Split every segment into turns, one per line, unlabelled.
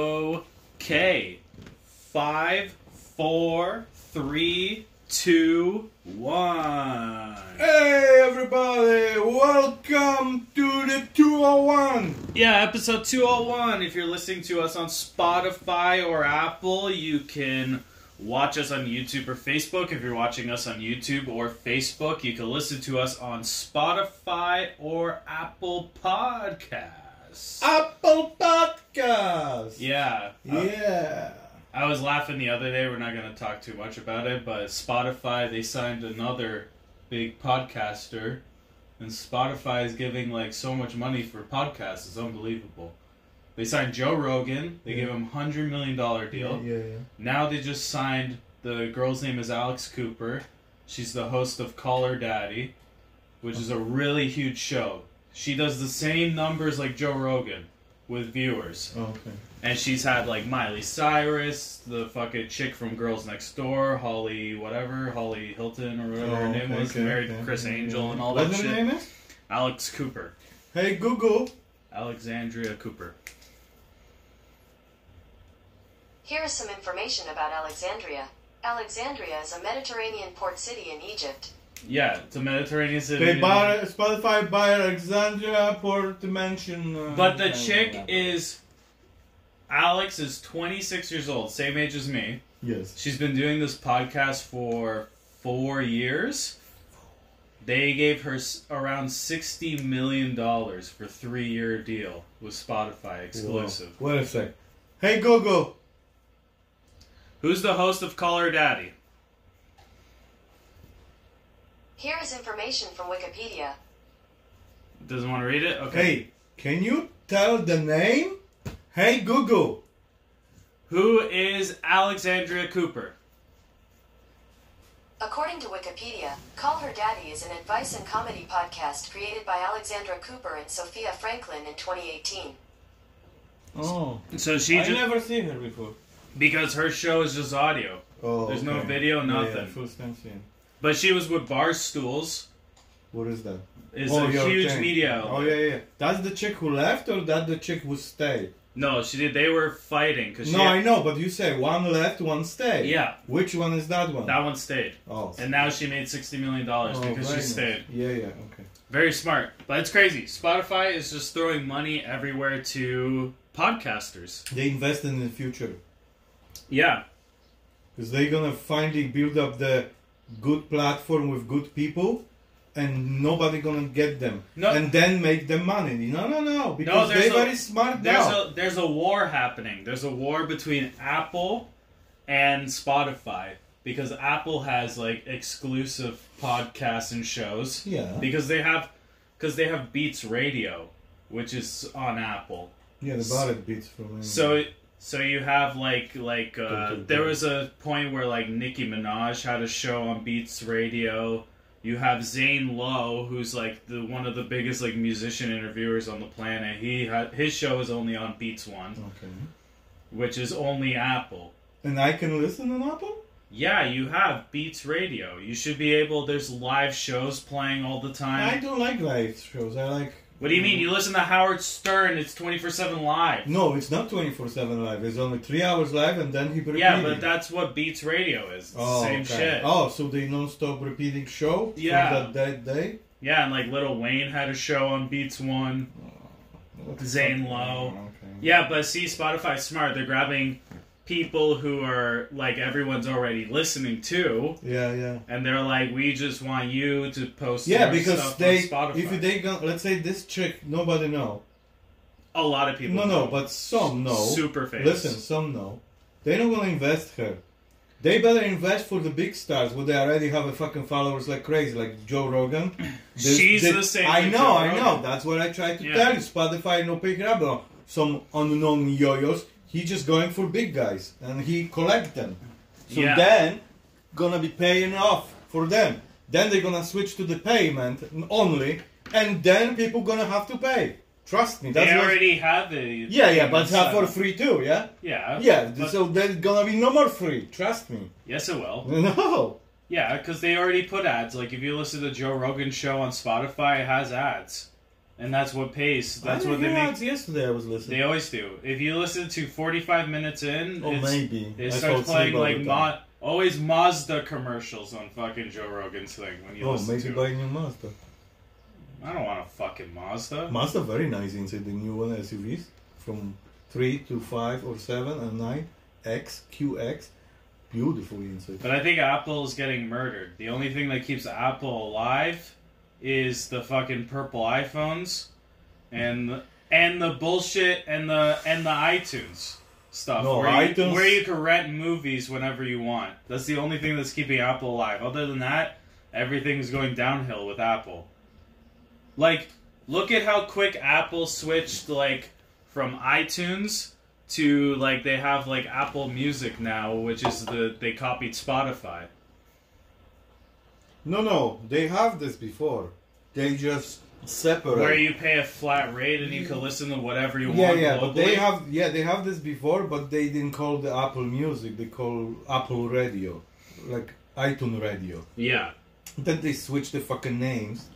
Okay. Five, four, three, two, one.
Hey everybody, welcome to the 201.
Yeah, episode 201. If you're listening to us on Spotify or Apple, you can watch us on YouTube or Facebook. If you're watching us on YouTube or Facebook, you can listen to us on Spotify or Apple Podcasts.
Ah, Apple Podcast.
Yeah. Uh,
Yeah.
I was laughing the other day. We're not going to talk too much about it, but Spotify they signed another big podcaster, and Spotify is giving like so much money for podcasts. It's unbelievable. They signed Joe Rogan. They
Yeah.
gave him hundred million dollar deal.
Yeah, yeah.
Now they just signed the girl's name is Alex Cooper. She's the host of Call Her Daddy, which is a really huge show. She does the same numbers like Joe Rogan with viewers.
Okay.
And she's had like Miley Cyrus, the fucking chick from Girls Next Door, Holly whatever, Holly Hilton or whatever her
Oh,
name was,
okay,
married
okay.
Chris
Yeah,
Angel
yeah.
and all
What's
that
her
shit.
name is?
Alex Cooper,
Hey Google.
Alexandria Cooper.
Here is some information about Alexandria. Alexandria is a Mediterranean port city in Egypt.
Yeah, it's a Mediterranean city.
They bought Spotify by Alexandria Port Mansion. uh,
But the
I
chick
don't know.
is Alex is 26 years old, same age as me.
yes.
She's been doing this podcast for four years. They gave her s- around sixty million dollars for three-year deal with Spotify exclusive.
Whoa. Wait a sec. Hey Google.
Who's the host of Call Her Daddy?
Here is information from Wikipedia.
Doesn't want to read it. Okay.
Hey, can you tell the name? Hey Google.
Who is Alexandria Cooper?
According to Wikipedia, Call Her Daddy is an advice and comedy podcast created by Alexandra Cooper and Sophia Franklin in 2018.
Oh.
So she
I've
just
never seen her before.
because her show is just audio,
Oh,
There's no video, nothing.
Yeah, full stand scene.
but she was with Barstools.
What is that?
Is
Oh,
a
yeah,
huge
okay.
media.
Oh
outlet.
yeah, yeah. That's the chick who left, or that the chick who stayed?
No, she did. They were fighting because
no, I know, but you say one left, one stayed.
Yeah.
Which one is that one?
that one stayed.
oh.
And now she made sixty million dollars
Oh,
because
very
she
nice.
stayed.
Yeah, yeah. Okay.
Very smart, but it's crazy. Spotify is just throwing money everywhere to podcasters.
They invest in the future
Yeah,
because they're gonna finally build up the good platform with good people. And nobody gonna get them,
No.
and then make them money. No, no, no, because
there's
they're
a-
very smart
there's
now.
a there's a war happening. There's a war between Apple and Spotify because Apple has like exclusive podcasts and shows
yeah,
because they have because they have Beats Radio, which is on Apple.
yeah, the bullet beats from. me.
So so you have like like uh,
Dun, dun,
there
dun.
was a point where like Nicki Minaj had a show on Beats Radio. You have Zane Lowe, who's like the one of the biggest like musician interviewers on the planet. He had his show is only on Beats One,
okay,
which is only Apple.
and I can listen on Apple.
Yeah, you have Beats Radio. You should be able. There's live shows playing all the
I
time.
don't like live shows. I like.
What do you mean? You listen to Howard Stern. It's twenty four seven live.
No, it's not 24 7 live. It's only 3 hours live and then he repeats.
Yeah, but that's what Beats Radio is. It's the same shit.
Oh, so they non stop repeating show
Yeah.
from that, that day?
Yeah, and like Little Wayne had a show on Beats One.
Mm-hmm. What
Zane
the fuck?
Lowe.
Okay.
Yeah, but see, Spotify's smart. They're grabbing people who are like everyone's already listening to,
Yeah, yeah.
and they're like, we just want you to post.
Yeah,
your
because
stuff
they,
on Spotify.
if they go, let's say this chick, nobody know.
a lot of people.
No, no,
do.
but some know.
super famous.
Listen, some know. They're not gonna invest her. They better invest for the big stars where they already have a fucking followers like crazy, like Joe Rogan. This-
She's
this-
the same
I
as
know,
Joe
I know.
Rogan.
That's what I try to
Yeah.
tell you. Spotify no pick it up on some unknown yo-yos. He just going for big guys and he collect them. So
Yeah.
then gonna be paying off for them. Then they're gonna switch to the payment only, and then people gonna have to pay. Trust me. That's
they
what-
already have the.
yeah, yeah, but
Yeah.
uh, for free too, yeah.
yeah,
Yeah,
but-
so there's gonna be no more free. Trust me.
yes, it will.
No.
Yeah, because they already put ads. Like if you listen to Joe Rogan's show on Spotify, it has ads, and that's what pays. That's
I
what they
yeah,
make.
it's yesterday I was listening.
They always do. If you listen to 45 minutes in,
oh,
it's,
maybe.
They
I
start
fell
playing
asleep all
like
the
Ma-
time.
always Mazda commercials on fucking Joe Rogan's thing when you
Oh,
listen
maybe
to.
buy
it.
a new Mazda.
I don't want a fucking Mazda.
Mazda very nice inside the new one SUVs from three to five or seven and nine X QX, beautifully inside.
but I think Apple is getting murdered. The only thing that keeps Apple alive is the fucking purple iPhones, and and the bullshit and the and the iTunes stuff
No,
where, you,
iTunes-
where you can rent movies whenever you want. That's the only thing that's keeping Apple alive. Other than that, everything's going downhill with Apple. Like, look at how quick Apple switched like from iTunes to like they have like Apple Music now, which is the they copied Spotify.
No, no, they have this before. They just separate.
Where you pay a flat rate and you can listen to whatever you
yeah,
want.
yeah, but
locally.
they have yeah they have this before, but they didn't call the Apple Music. They call Apple Radio, like iTunes Radio.
Yeah.
Then they switch the fucking names.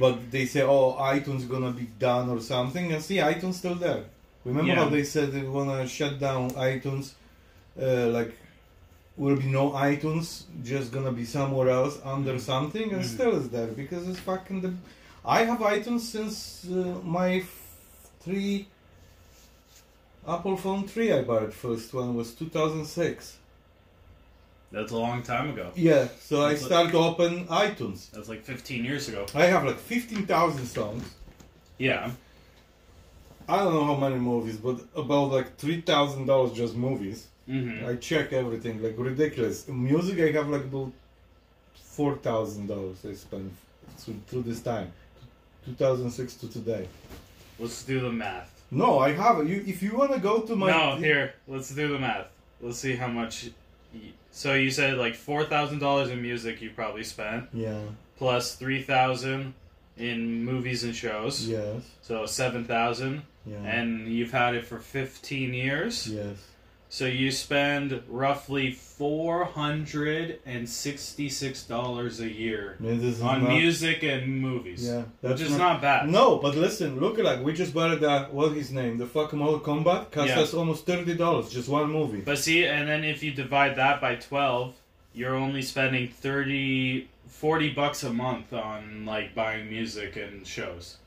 But they say, oh, iTunes gonna be done or something, and see, iTunes still there. Remember
Yeah.
how they said they wanna shut down iTunes? Uh, like, will be no iTunes, just gonna be somewhere else under something, and
Mhm.
still is there because it's fucking the. I have iTunes since uh, my f- three. Apple phone 3 I bought first one was 2006.
That's a long time ago.
Yeah, so I
That's what-
start to open iTunes.
That's like 15 years ago.
I have like 15,000 songs.
Yeah.
I don't know how many movies, but about like $3,000 just movies.
Mm-hmm.
I check everything, like ridiculous. Music, I have like about $4,000 I spent through, through this time. 2006 to today.
Let's do the math.
No, I have you. If you want to go to my
no, here. Let's do the math. Let's see how much. y- So you said like four thousand dollars in music you probably spent,
Yeah.
plus three thousand in movies and shows.
Yes.
So seven thousand,
Yeah.
and you've had it for fifteen years.
yes.
So you spend roughly four hundred and sixty-six dollars a year
Man, this is
on
not-
music and movies.
Yeah.
which is not, bad.
No, but listen, look like we just bought the what his name, the fucking Mortal Kombat cost
Yeah.
us almost thirty dollars just one movie.
But see, and then if you divide that by 12, you're only spending 30, 40 bucks a month on like buying music and shows.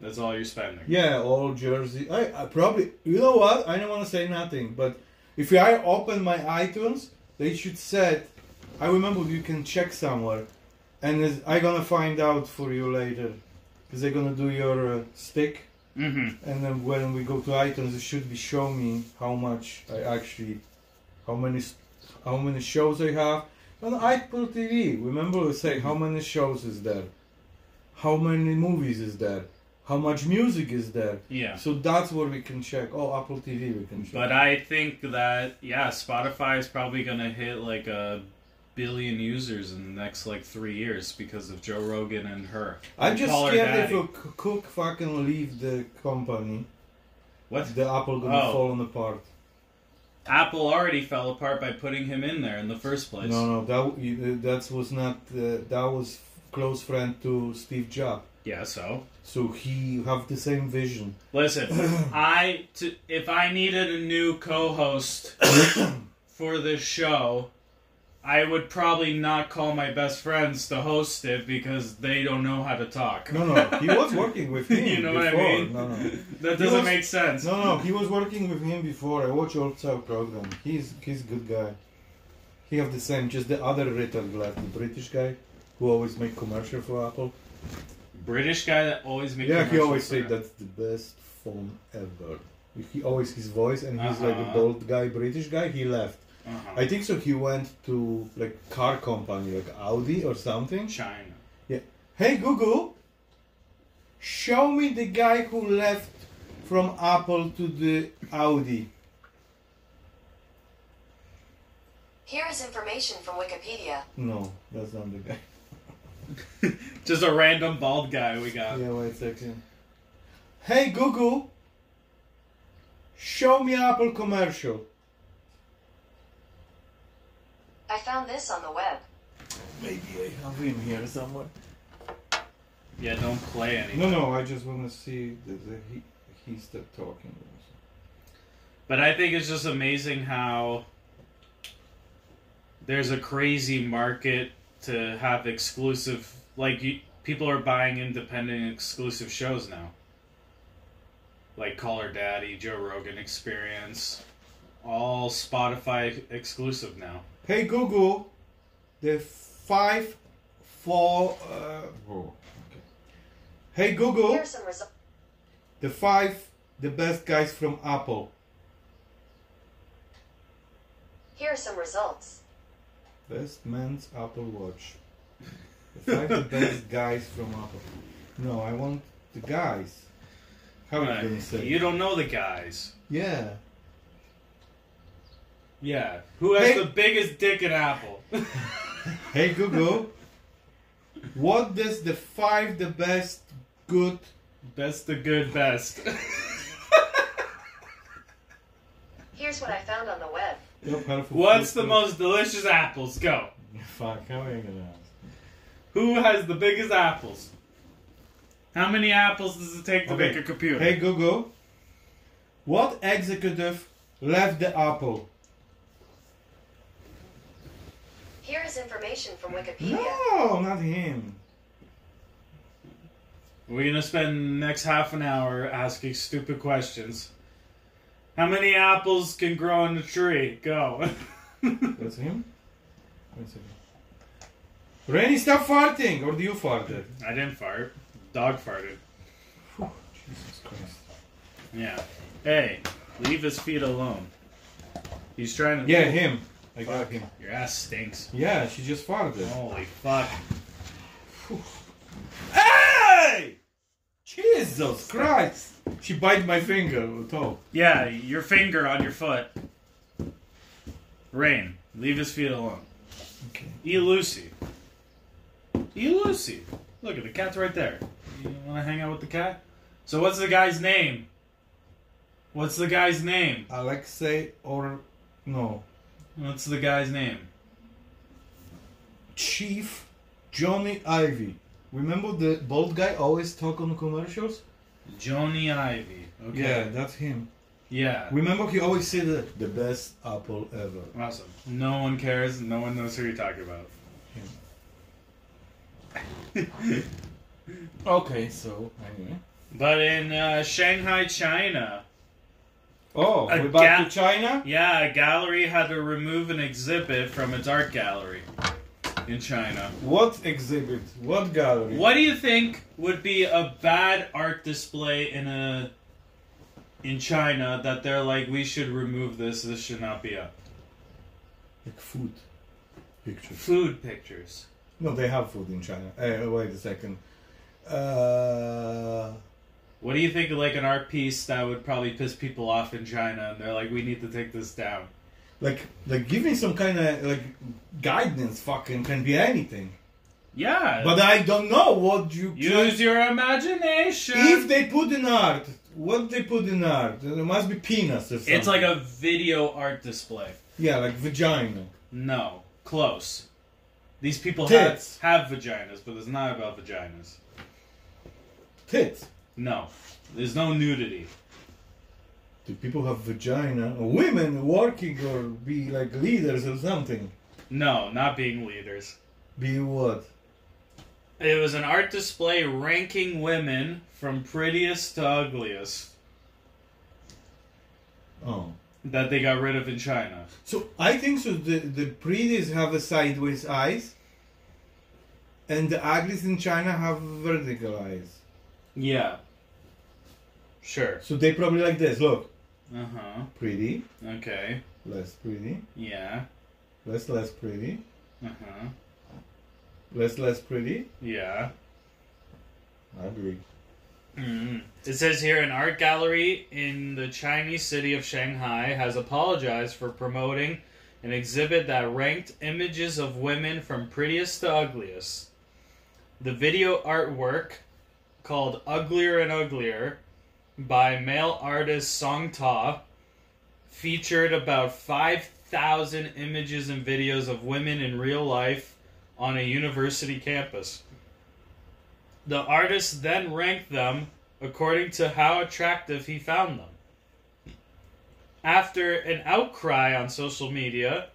That's all you're spending.
Yeah, all Jersey. I, I probably. You know what? I don't want to say nothing, but if I open my iTunes, they should set. I remember you can check somewhere, and is, i gonna find out for you later, because they're gonna do your uh, stick,
Mm-hmm.
and then when we go to iTunes, it should be show me how much I actually, how many, s- how many shows I have. On Apple TV, remember we say how many shows is there, how many movies is there, how much music is there.
Yeah.
So that's where we can check. Oh, Apple TV, we can check.
But uh, I think that, yeah, Spotify is probably going to hit like a billion users in the next like three years because of Joe Rogan and her.
I'm
And
just
Call Her
scared if
Daddy.
a c- cook fucking leave the company,
What?
the Apple gonna
Oh.
fall apart.
Apple already fell apart by putting him in there in the first place.
No, no, that w- you- that was not. Uh, that was close friend to Steve Jobs.
Yeah, so.
So he have the same vision.
Listen, I to, if I needed a new co-host for this show, I would probably not call my best friends to host it because they don't know how to talk.
No, no, he was working with him.
you know what I
before.
mean?
No, no,
That
He
doesn't
was-
make sense.
no, no, he was working with him before. I watch also program. He's he's good guy. He have the same, just the other retard left, the British guy who always make commercial for Apple.
British guy that always makes.
yeah, he
commercials
always
for
say
it.
that's the best phone ever. He always his voice and he's like a
Uh-huh.
bald guy, British guy. He left.
Uh-huh.
I think so. He went to like car company, like Audi or something.
China.
Hey Google, show me the guy who left from Apple to the Audi.
Here is information from Wikipedia.
No, that's not the guy.
Just a random bald guy we got.
Yeah, wait a second. Hey Google, show me Apple commercial.
I found this on the web.
Maybe I have him here somewhere.
Yeah, don't play anything.
No, no, I just want to see the, the he, he's the talking.
But I think it's just amazing how there's a crazy market to have exclusive. Like you, people are buying independent exclusive shows now, like Caller Daddy, Joe Rogan Experience, all Spotify exclusive now.
Hey Google, the five, four. Uh, oh, okay. Hey Google.
Here are some results.
The five the best guys from Apple.
Here are some results.
Best man's Apple Watch. The five the best guys from Apple. No, I want the guys. How are you gonna
Uh,
say?
you don't know the guys.
yeah.
Yeah, who has
Hey-
the biggest dick in Apple?
Hey Google. what does the five the best good
best the good best.
Here's what I found on the web.
What's the most delicious apples? Go.
fuck? How are you gonna ask?
Who has the biggest apples? How many apples does it take to
Okay.
make a computer?
Hey Google, what executive left the Apple?
Here is information from Wikipedia.
No, not him.
We're gonna spend the next half an hour asking stupid questions. How many apples can grow on a tree? Go.
That's him. Wait a second. Rennie, stop farting, or do you fart? it?
I didn't fart. Dog farted.
Phew, Jesus Christ.
Yeah. Hey, leave his feet alone. He's trying to.
Yeah, him. I got him.
Your ass stinks.
Yeah, she just farted.
Holy fuck.
Hey! Jesus Christ! She bite my finger oh, or toe.
Yeah, your finger on your foot. Rain, leave his feet alone.
Okay.
E Lucy. E Lucy. Look at the cat's right there. You want to hang out with the cat? So what's the guy's name? What's the guy's name?
Alexei or no?
What's the guy's name?
Chief Johnny Ivy. Remember the bald guy always talk on commercials?
Joni Ivy. Okay.
Yeah, that's him.
Yeah.
Remember he always said the, the best apple ever.
Awesome. No one cares. No one knows who you're talking about.
Okay, so anyway.
But in uh, Shanghai, China,
Oh,
A
we're back
ga-
to China?
yeah, a gallery had to remove an exhibit from its art gallery in China.
What exhibit? What gallery?
What do you think would be a bad art display in a in China that they're like we should remove this this should not be up?
Like food. Pictures.
Food pictures.
No, they have food in China. Eh, wait a second. Uh,
What do you think of like an art piece that would probably piss people off in China and they're like we need to take this down?
like, like, give me some kind of like guidance. Fucking can be anything.
Yeah.
But I don't know what you.
use your imagination.
If they put in art, what they put in art? There must be penis or something.
it's like a video art display.
yeah, like vagina.
No. Close. These people have,
Tits.
have vaginas, but it's not about vaginas.
Tits.
No. There's no nudity.
Do people have vagina? Women working or be like leaders or something?
No, not being leaders.
Be what?
It was an art display ranking women from prettiest to ugliest
Oh.
that they got rid of in China.
So I think so. The the pretties have a sideways eyes, and the uglies in China have vertical eyes.
Yeah. Sure.
So they probably like this. Look,
Uh huh.
pretty,
Okay.
less pretty,
Yeah.
less less pretty,
Uh huh.
less less pretty.
Yeah.
Ugly.
Mm. It says here an art gallery in the Chinese city of Shanghai has apologized for promoting an exhibit that ranked images of women from prettiest to ugliest. The video artwork, called Uglier and Uglier, by male artist Song Ta, featured about 5,000 images and videos of women in real life on a university campus. The artist then ranked them according to how attractive he found them. After an outcry on social media,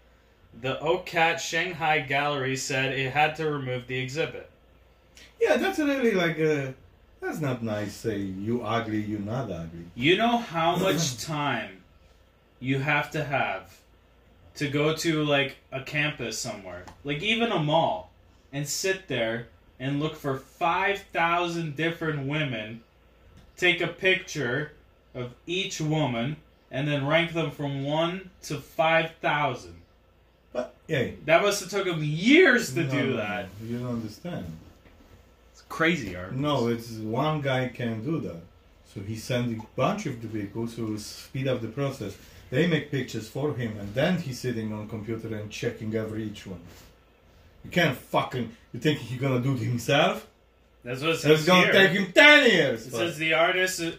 the OCAT Shanghai Gallery said it had to remove the exhibit.
Yeah, that's really like a. That's not nice. Say you ugly, you not ugly.
You know how much time you have to have to go to like a campus somewhere, like even a mall, and sit there and look for 5,000 different women, take a picture of each woman, and then rank them from 1 to 5,000.
But hey,
That must have took him years to
no,
do
no,
that.
no, You don't understand.
It's crazy art.
No, it's one guy can do that. So he sends a bunch of the people to speed up the process. They make pictures for him, and then he's sitting on computer and checking every each one. You can't fucking. You think he's gonna do it himself?
That's what it says
It's gonna
here.
take him ten years.
It
but-
says the artist uh,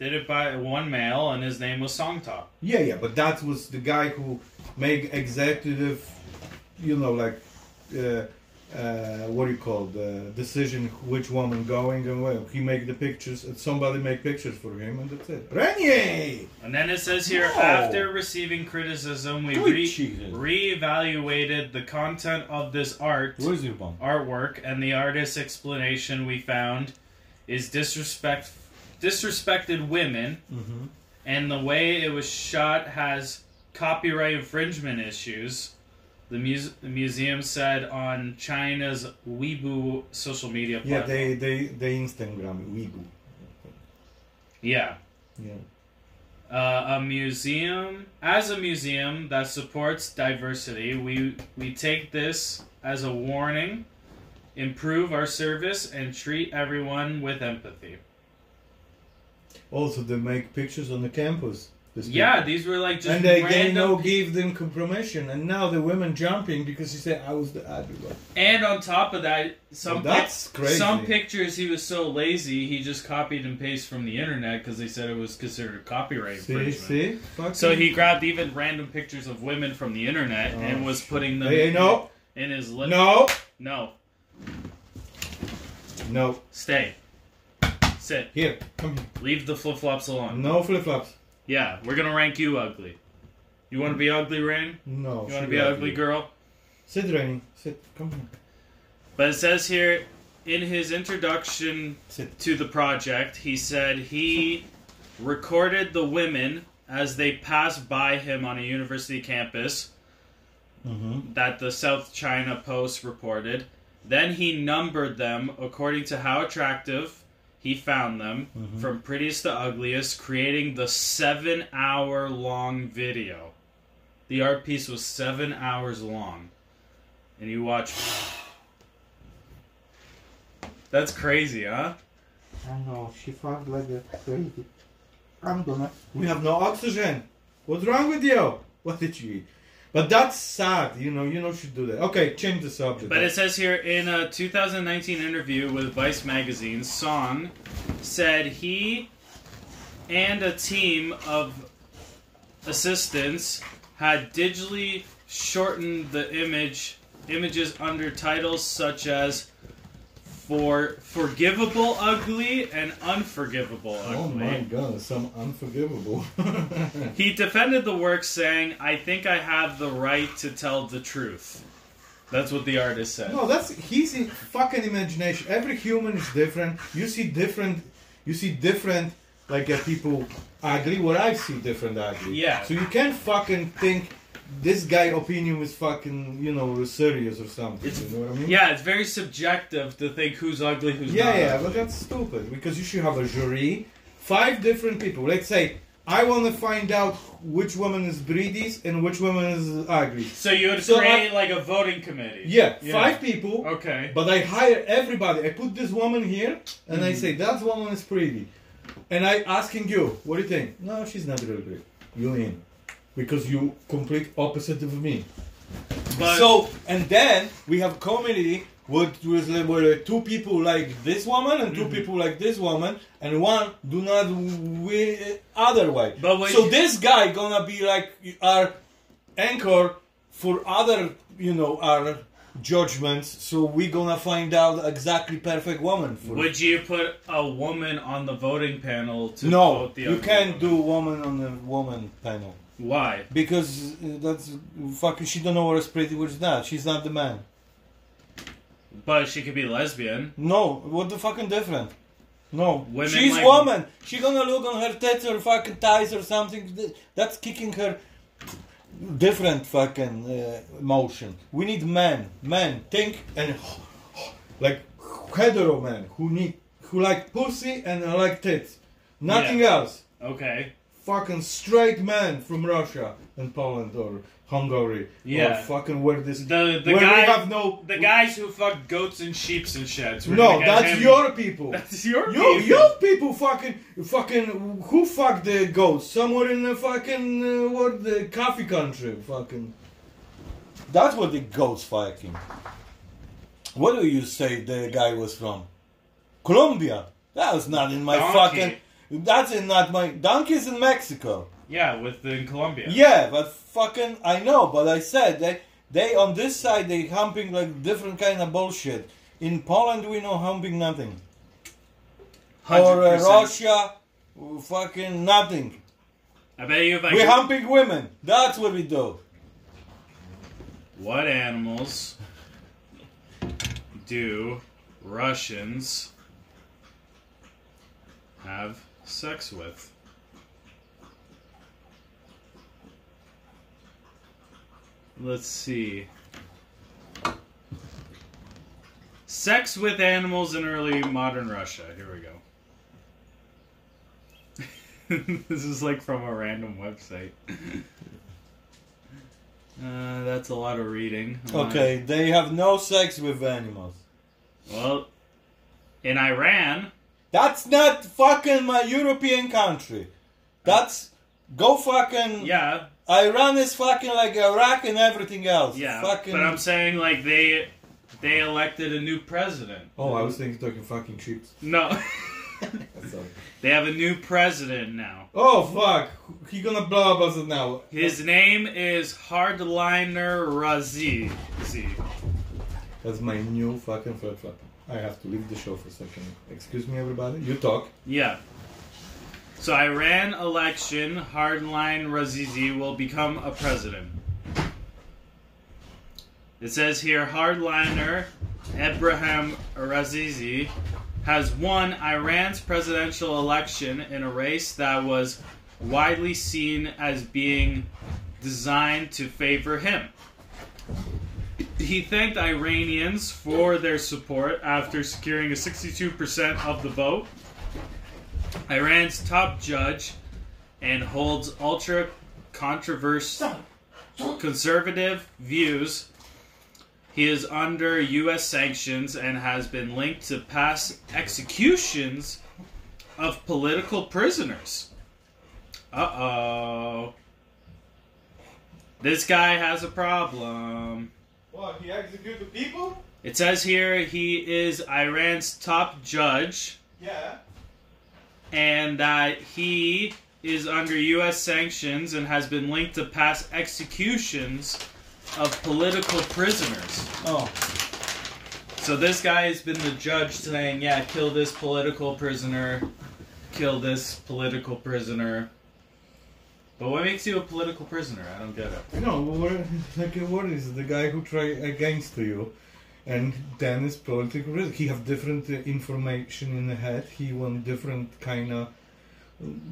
did it by one male, and his name was Song Top.
Yeah, yeah, but that was the guy who made executive, you know, like, uh, uh, what do you call the decision which woman going and where. He make the pictures, and somebody make pictures for him, and that's it. Renier!
And then it says here,
No.
after receiving criticism, we
Good
re-
Jesus.
reevaluated the content of this art
Where's your bomb?
artwork, and the artist's explanation we found is disrespect disrespected women,
Mhm.
and the way it was shot has copyright infringement issues. The, muse- the museum said on China's Weibo social media
Yeah,
platform.
they, they, they Instagram Weibo.
yeah.
Yeah.
uh, a museum as a museum that supports diversity we we take this as a warning improve our service and treat everyone with empathy
Also, they make pictures on the campus. This
yeah these were like just
and they,
random
they no give them compromission, and now the women jumping because he said I was the ugly one.
and on top of that some
Well, that's
pic-
crazy.
some pictures he was so lazy he just copied and pasted from the internet because they said it was considered copyright
See,
infringement
see, Fucking-
so he grabbed even random pictures of women from the internet and was putting them
Oh, Hey,
in,
no,
in his lip
no,
no
no.
Stay. Sit.
Here, come here.
Leave the flip flops alone.
No flip flops.
Yeah, we're gonna rank you ugly. You wanna be ugly, Rain?
No.
You wanna
she
be an
left
ugly
you.
girl?
Sit, Rainy. Sit. Come here.
But it says here in his introduction
Sit.
to the project, he said he recorded the women as they passed by him on a university campus
Mm-hmm.
that the South China Post reported. Then he numbered them according to how attractive he found them, from prettiest to ugliest, creating the seven hour long video. The art piece was seven hours long. And you watch. That's crazy, huh?
I know, she fucked like a crazy. I'm gonna.
We have no oxygen. What's wrong with you? What did you eat? But that's sad. You know. You know. Should do that. Okay. Change the subject.
But it says here in a 2019 interview with Vice magazine, Song said he and a team of assistants had digitally shortened the image images under titles such as for forgivable ugly and unforgivable ugly.
Oh my god, some unforgivable.
He defended the work, saying, "I think I have the right to tell the truth." That's what the artist said.
no, that's he's in fucking imagination. Every human is different. You see different. You see different. Like uh, people ugly. What I see different ugly.
Yeah.
So you can't fucking think this guy opinion is fucking you know serious or something.
It's-
you know what I mean?
Yeah, it's very subjective to think who's ugly, who's
Yeah,
not.
yeah,
ugly.
but that's stupid because you should have a jury, five different people. Let's say I want to find out which woman is breedies and which woman is ugly.
So you would
So uh,
create like a voting committee.
Yeah,
Yeah.
five people.
Okay.
But I hire everybody. I put this woman here and I say that woman is pretty, and I asking you, what do you think? No, she's not really pretty. You in, because you complete opposite of me.
But
so and then we have comedy with with like, where two people like this woman and 2
Mm-hmm.
people like this woman and one do not win other way.
But when
so
you-
this guy gonna be like our anchor for other you know our judgments, so we're gonna find out exactly perfect woman for
Would you put a woman on the voting panel to
No,
vote the
you
other
can't
woman?
do woman on the woman panel
Why?
because uh, that's fucking. She don't know what is pretty, what is not. She's not the man.
But she could be lesbian.
No, what the fucking difference? No,
Women
she's
like-
woman. She gonna look on her tits or fucking thighs or something. Th- That's kicking her different fucking uh, motion. We need men, men think and like hetero men who need who like pussy and like tits, nothing
Yeah.
else.
Okay.
Fucking straight men from Russia and Poland or Hungary
Yeah.
or fucking where this
The the
where
guy
we have no
the guys who fuck goats and sheeps and sheds. We're
no,
gonna get
that's
him-
your people.
That's your
You,
people.
you people fucking, fucking, who fucked the goats? Somewhere in the fucking, uh, what, the coffee country, fucking. That's what the goats fucking. What do you say the guy was from? Colombia. That was not in my
Donkey.
fucking. That's in not my. Donkeys in Mexico.
Yeah, with the, in Colombia.
Yeah, but fucking, I know, but I said they they on this side they humping like different kind of bullshit. In Poland we know humping nothing. Or uh,
100%.
Russia, uh, fucking nothing.
I bet you if I
We
could-
humping women. That's what we do.
What animals do Russians have sex with? Let's see. Sex with animals in early modern Russia. Here we go. this is like from a random website. Uh, that's a lot of reading.
Okay, they have no sex with animals.
Well, in Iran,
That's not fucking my European country. That's go fucking
yeah,
Iran is fucking like Iraq and everything else.
yeah.
Fucking
But I'm saying like they they elected a new president.
Oh, I was thinking talking fucking chips.
No, they have a new president now.
Oh fuck! He gonna blow up us now.
His name is Hardliner Razi. Z.
That's my new fucking flip flop. I have to leave the show for a second. Excuse me, everybody. You talk.
Yeah. So Iran election, hardline Razizi will become a president. It says here hardliner Ebrahim Razizi has won Iran's presidential election in a race that was widely seen as being designed to favor him. He thanked Iranians for their support after securing a 62% of the vote. Iran's top judge and holds ultra controversial conservative views. He is under U.S. sanctions and has been linked to past executions of political prisoners. Uh oh. This guy has a problem.
What? He executed people?
It says here he is Iran's top judge
Yeah.
and that he is under U.S. sanctions and has been linked to past executions of political prisoners.
Oh,
So this guy has been the judge saying, yeah, kill this political prisoner, kill this political prisoner. But what makes you a political prisoner? I don't get it.
no. What, like, what is the guy who try against you, and then is political risk. He have different uh, information in the head. He want different kind of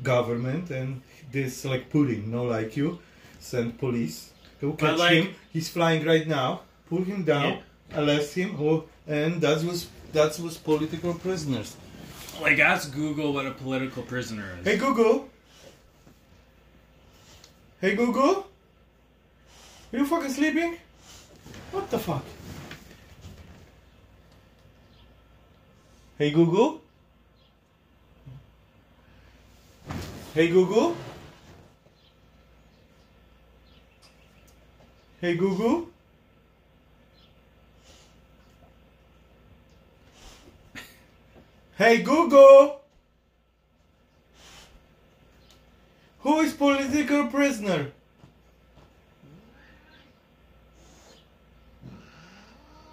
government, and this like Putin, no like you, send police. Go catch
like-
him. He's flying right now. Pull him down. Arrest him. Oh, and that was that was political prisoners.
Like, ask Google what a political prisoner is.
Hey Google. Hey Google. Are you fucking sleeping? What the fuck? Hey Google. Hey Google. Hey Google. Hey Google. Who is political prisoner?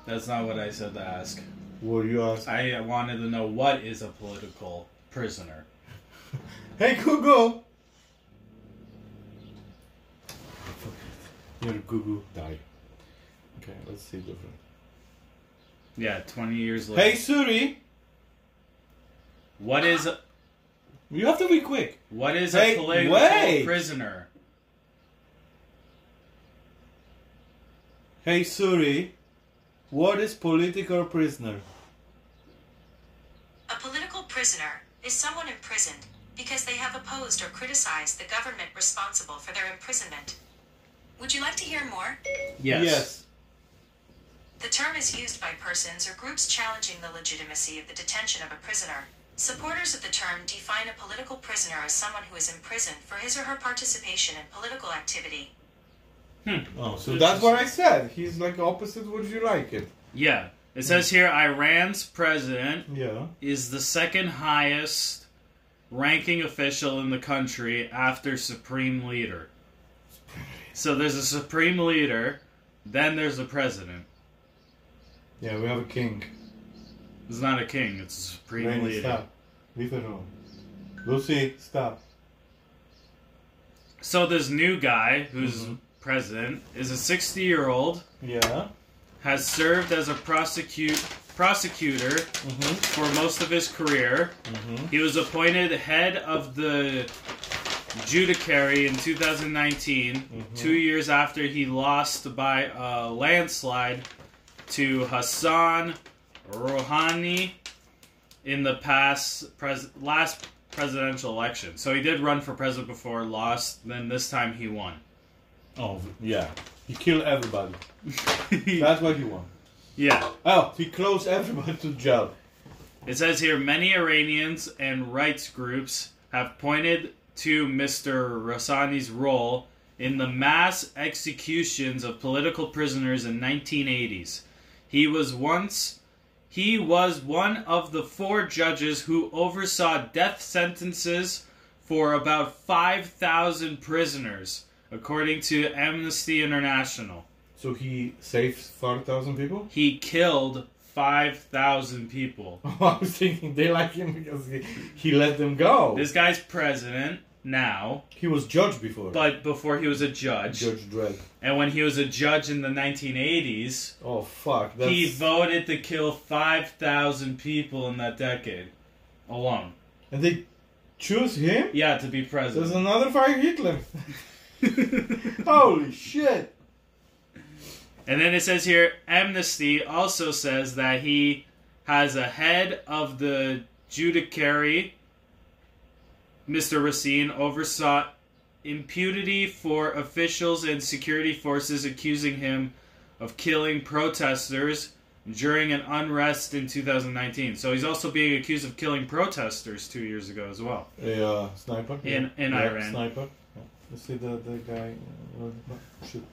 That's not what I said to ask.
Will you ask?
I wanted to know what is a political prisoner.
Hey Google! Your Google died. Okay, let's see different.
Yeah, 20 years later.
Hey Siri!
What is
You have to be quick.
what is
Hey,
a political
wait.
prisoner?
Hey Siri, what is political prisoner?
A political prisoner is someone imprisoned because they have opposed or criticized the government responsible for their imprisonment. Would you like to hear more?
Yes.
The term is used by persons or groups challenging the legitimacy of the detention of a prisoner. Supporters of the term define a political prisoner as someone who is imprisoned for his or her participation in political activity.
Oh, so that's what I said. He's like opposite. Would you like it?
Yeah. It says here Iran's president
Yeah.
is the second highest ranking official in the country after supreme leader. So there's a supreme leader, then there's the president.
Yeah, we have a king.
It's not a king, it's a supreme
Rainy,
leader.
stop. Leave it alone. Lucy, stop.
So this new guy who's
Mm-hmm.
president is a 60 year old,
Yeah.
has served as a prosecute prosecutor
Mm-hmm.
for most of his career.
Mm-hmm.
He was appointed head of the judiciary in 2019, two years after he lost by a landslide to Hassan Rouhani in the past pres- last presidential election. So he did run for president before, lost, then this time he won.
Oh, yeah. He killed everybody. That's what he want.
yeah.
Oh, he closed everybody to jail.
It says here many Iranians and rights groups have pointed to Mr. Rassani's role in the mass executions of political prisoners in 1980s. He was once he was one of the four judges who oversaw death sentences for about 5,000 prisoners, according to Amnesty International.
So he saved four thousand people.
He killed 5,000 people.
I was thinking they like him because he, he let them go.
This guy's president now,
he was judge before.
but before he was a judge,
Judge Dredd.
and when he was a judge in the 1980s,
Oh fuck. That's,
he voted to kill 5,000 people in that decade alone.
and they choose him.
Yeah, to be
There's
president.
another five Hitler.
and
Holy shit.
then it says here Amnesty also says that he has a head of the judiciary. Mr. Racine oversaw impunity for officials and security forces accusing him of killing protesters during an unrest in 2019. So he's also being accused of killing protesters two years ago as well.
A uh, sniper.
In- in
yeah,
Iran.
Sniper. Yeah. You see the the guy. uh, uh, shoot.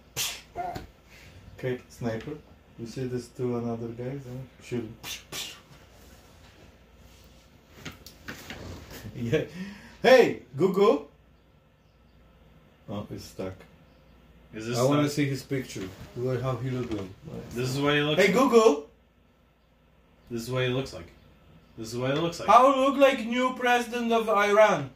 Okay, sniper. You see this to another guy. Then shoot. yeah. Hey, Google. Oh, it's stuck.
Is this
I want to
the-
see his picture. Look how he look like.
this is what he looks
Hey Google,
This is what he looks like. This is what he looks like.
how look like new president of Iran?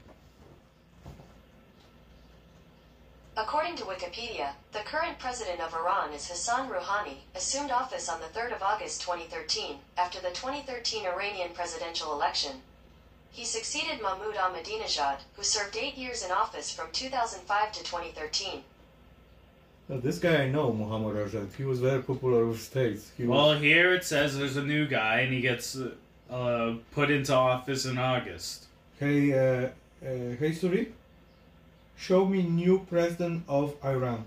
According to Wikipedia, the current president of Iran is Hassan Rouhani, assumed office on the 3rd of August 2013, after the 2013 Iranian presidential election. He succeeded Mahmoud Ahmadinejad, who served eight years in office from 2005 to 2013.
Uh, This guy I know, Mohammad Rajad. He was very popular with states. He was-
Well, here it says there's a new guy, and he gets uh, uh, put into office in August.
Hey, uh, uh, hey, Suri. Show me new president of Iran.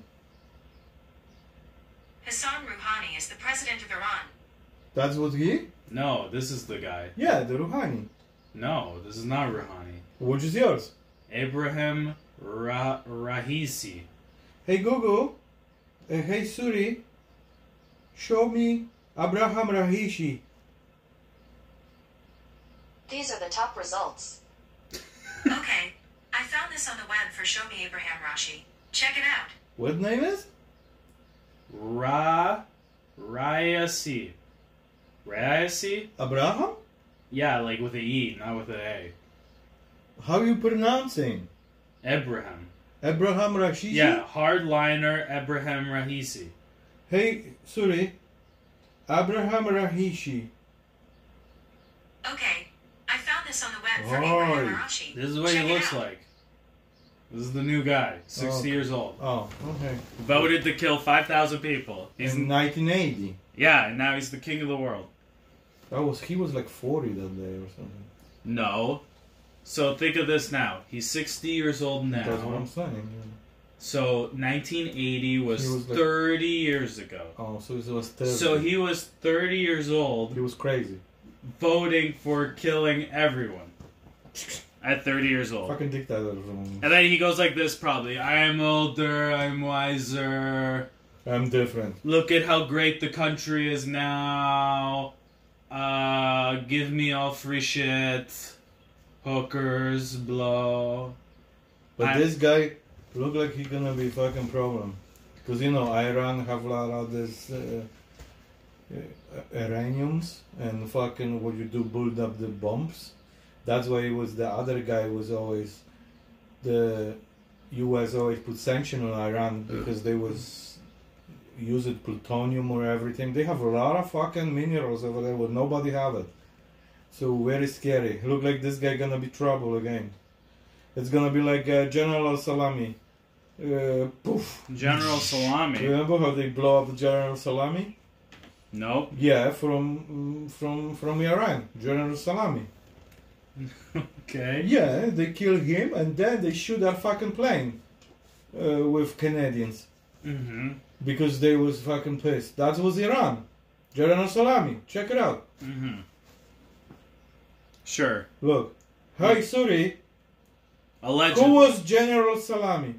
Hassan Rouhani is the president of Iran.
That's what he?
No, this is the guy.
Yeah, the Rouhani.
No, this is not Rouhani.
What is yours?
Abraham Ra- Rahisi.
Hey, Google. Uh, hey, Suri. Show me Abraham Rahishi.
These are the top results.
Okay, I found this on the web for Show Me Abraham Rashi. Check it out.
What name is?
Ra Riasi. Riasi?
Abraham?
Yeah, like with a E, not with a
How you pronouncing?
A. Abraham.
Abraham Rashidi?
Yeah, hardliner Abraham Rahisi.
Hey, sorry. Abraham Rahishi.
Okay, I found this on the web for
Oi.
Abraham Arashi.
This is what
Check
he
it
looks
out.
like. This is the new guy, 60
Okay.
years old.
Oh, okay.
Voted to kill 5,000 people. He's
in 1980.
Yeah, and now he's the king of the world.
That was he was like 40 that day or something.
No. So think of this now. He's 60 years old now.
That's what I'm saying. yeah.
So 1980 was,
He was like-
30 years ago.
Oh, so it was 30.
So he was 30 years old
he was crazy.
voting for killing everyone at 30 years old.
Fucking dictator. or something.
And then he goes like this probably. I am older, I'm wiser.
I'm um, different.
Look at how great the country is now. Uh give me all free shit. Hookers, blow.
But
I-
this guy look like he gonna be fucking problem. Cause you know Iran have a lot of this uh, uh, uraniums and fucking what you do build up the bombs. That's why it was the other guy was always the U.S. always put sanction on Iran because they was use it plutonium or everything. They have a lot of fucking minerals over there, but nobody have it. So very scary. Look like this guy gonna be trouble again. It's gonna be like uh, General Salami. Uh, poof.
General Salami.
Remember how they blow up General Salami?
Nope.
Yeah, from mm, from from Iran, General Salami.
Okay.
Yeah, they kill him and then they shoot our fucking plane uh, with Canadians
Mm-hmm.
because they was fucking pissed. That was Iran, General Salami. Check it out.
Mm-hmm. Sure.
Look, hey, sorry,
Allegedly.
who was General Salami?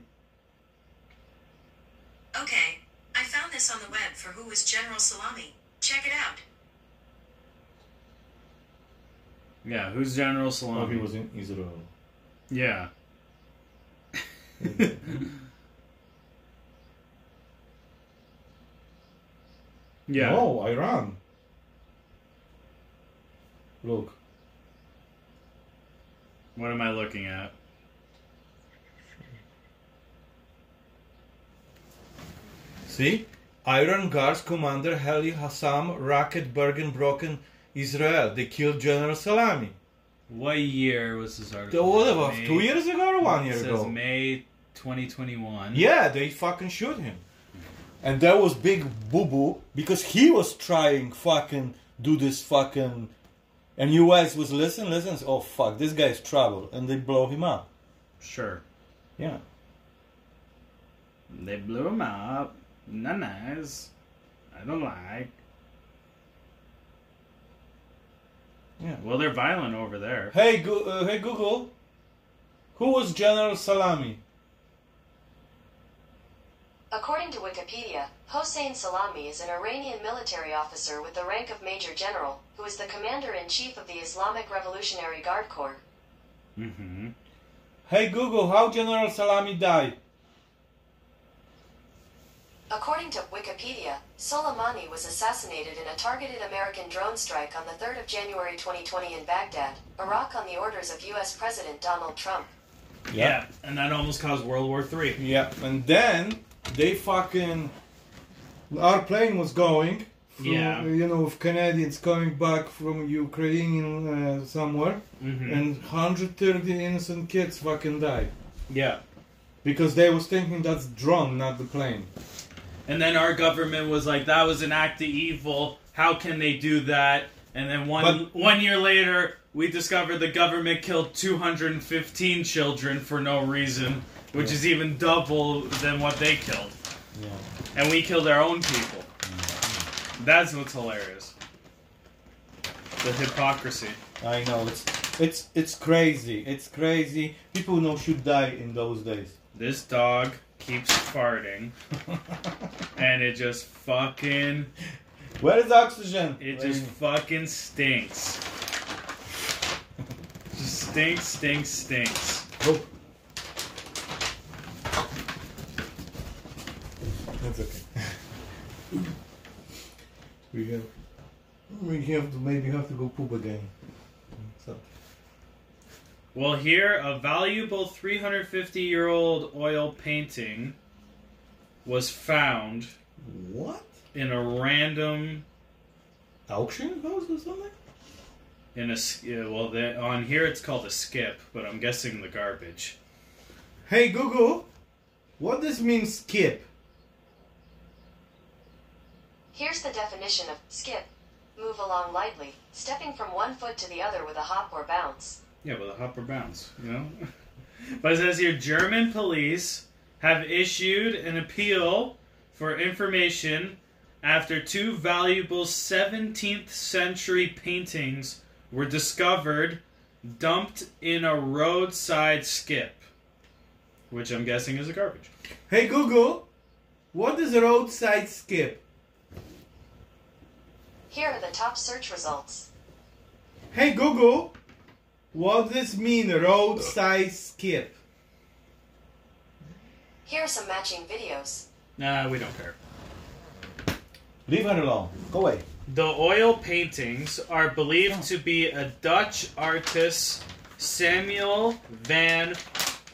Okay, I found this on the web for who was General Salami. Check it out.
Yeah, who's General
Oh,
Salami?
he was in Israel.
Yeah. yeah.
No, Iran. Look.
What am I looking at?
See? Iron Guards Commander Heli Hassam rocket Bergenbrocken Israel. They killed General Salami.
What year was this article?
The, what about
May-
two years ago or one year
it says
ago?
May 2021.
Yeah, they fucking shoot him. And that was big boo boo because he was trying fucking do this fucking and US was listen, listen, oh fuck, this guy's trouble and they blow him up.
Sure.
Yeah.
They blew him up. Not nice. I don't like.
Yeah.
Well, they're violent over there.
Hey, Go- uh, hey Google, who was General Salami?
According to Wikipedia, Hossein Salami is an Iranian military officer with the rank of Major General, who is the commander in chief of the Islamic Revolutionary Guard Corps.
Mm-hmm.
Hey Google, how General Salami died?
According to Wikipedia, Soleimani was assassinated in a targeted American drone strike on the 3rd of January 2020 in Baghdad, Iraq on the orders of US President Donald Trump.
Yeah. and that almost caused World War Three.
Yeah, and then they fucking our plane was going. From,
Yeah.
You know, with Canadians coming back from Ukrainian uh, somewhere,
Mm-hmm.
and 130 innocent kids fucking died
yeah,
because they was thinking that's drone, not the plane.
and then our government was like, "That was an act of evil. How can they do that?" And then one one year later, we discovered the government killed 215 children for no reason, which is even double than what they killed,
Yeah.
and we killed our own people. That's what's hilarious. The hypocrisy.
I know it's it's it's crazy. It's crazy. People know should die in those days.
This dog keeps farting, and it just fucking
Where is oxygen?
It just fucking stinks. Just stinks, stinks, stinks.
Oh. That's okay. We have we have to maybe have to go poop again. So
Well, here, a valuable 350 year old oil painting was found
what?
in a random.
Auction house or something?
In a s- yeah, well, the, on here it's called a skip, but I'm guessing the garbage.
Hey Google, what does mean skip?
Here's the definition of skip. Move along lightly, stepping from one foot to the other with a hop or bounce.
Yeah, with a hopper bounce, you know? but it says here German police have issued an appeal for information after two valuable 17th century paintings were discovered dumped in a roadside skip, which I'm guessing is a garbage.
Hey Google, what is roadside skip?
Here are the top search results.
Hey Google, what does mean roadside skip?
Here are some matching videos.
Nah, we don't care.
Leave her alone. Go away.
The oil paintings are believed to be a Dutch artist Samuel van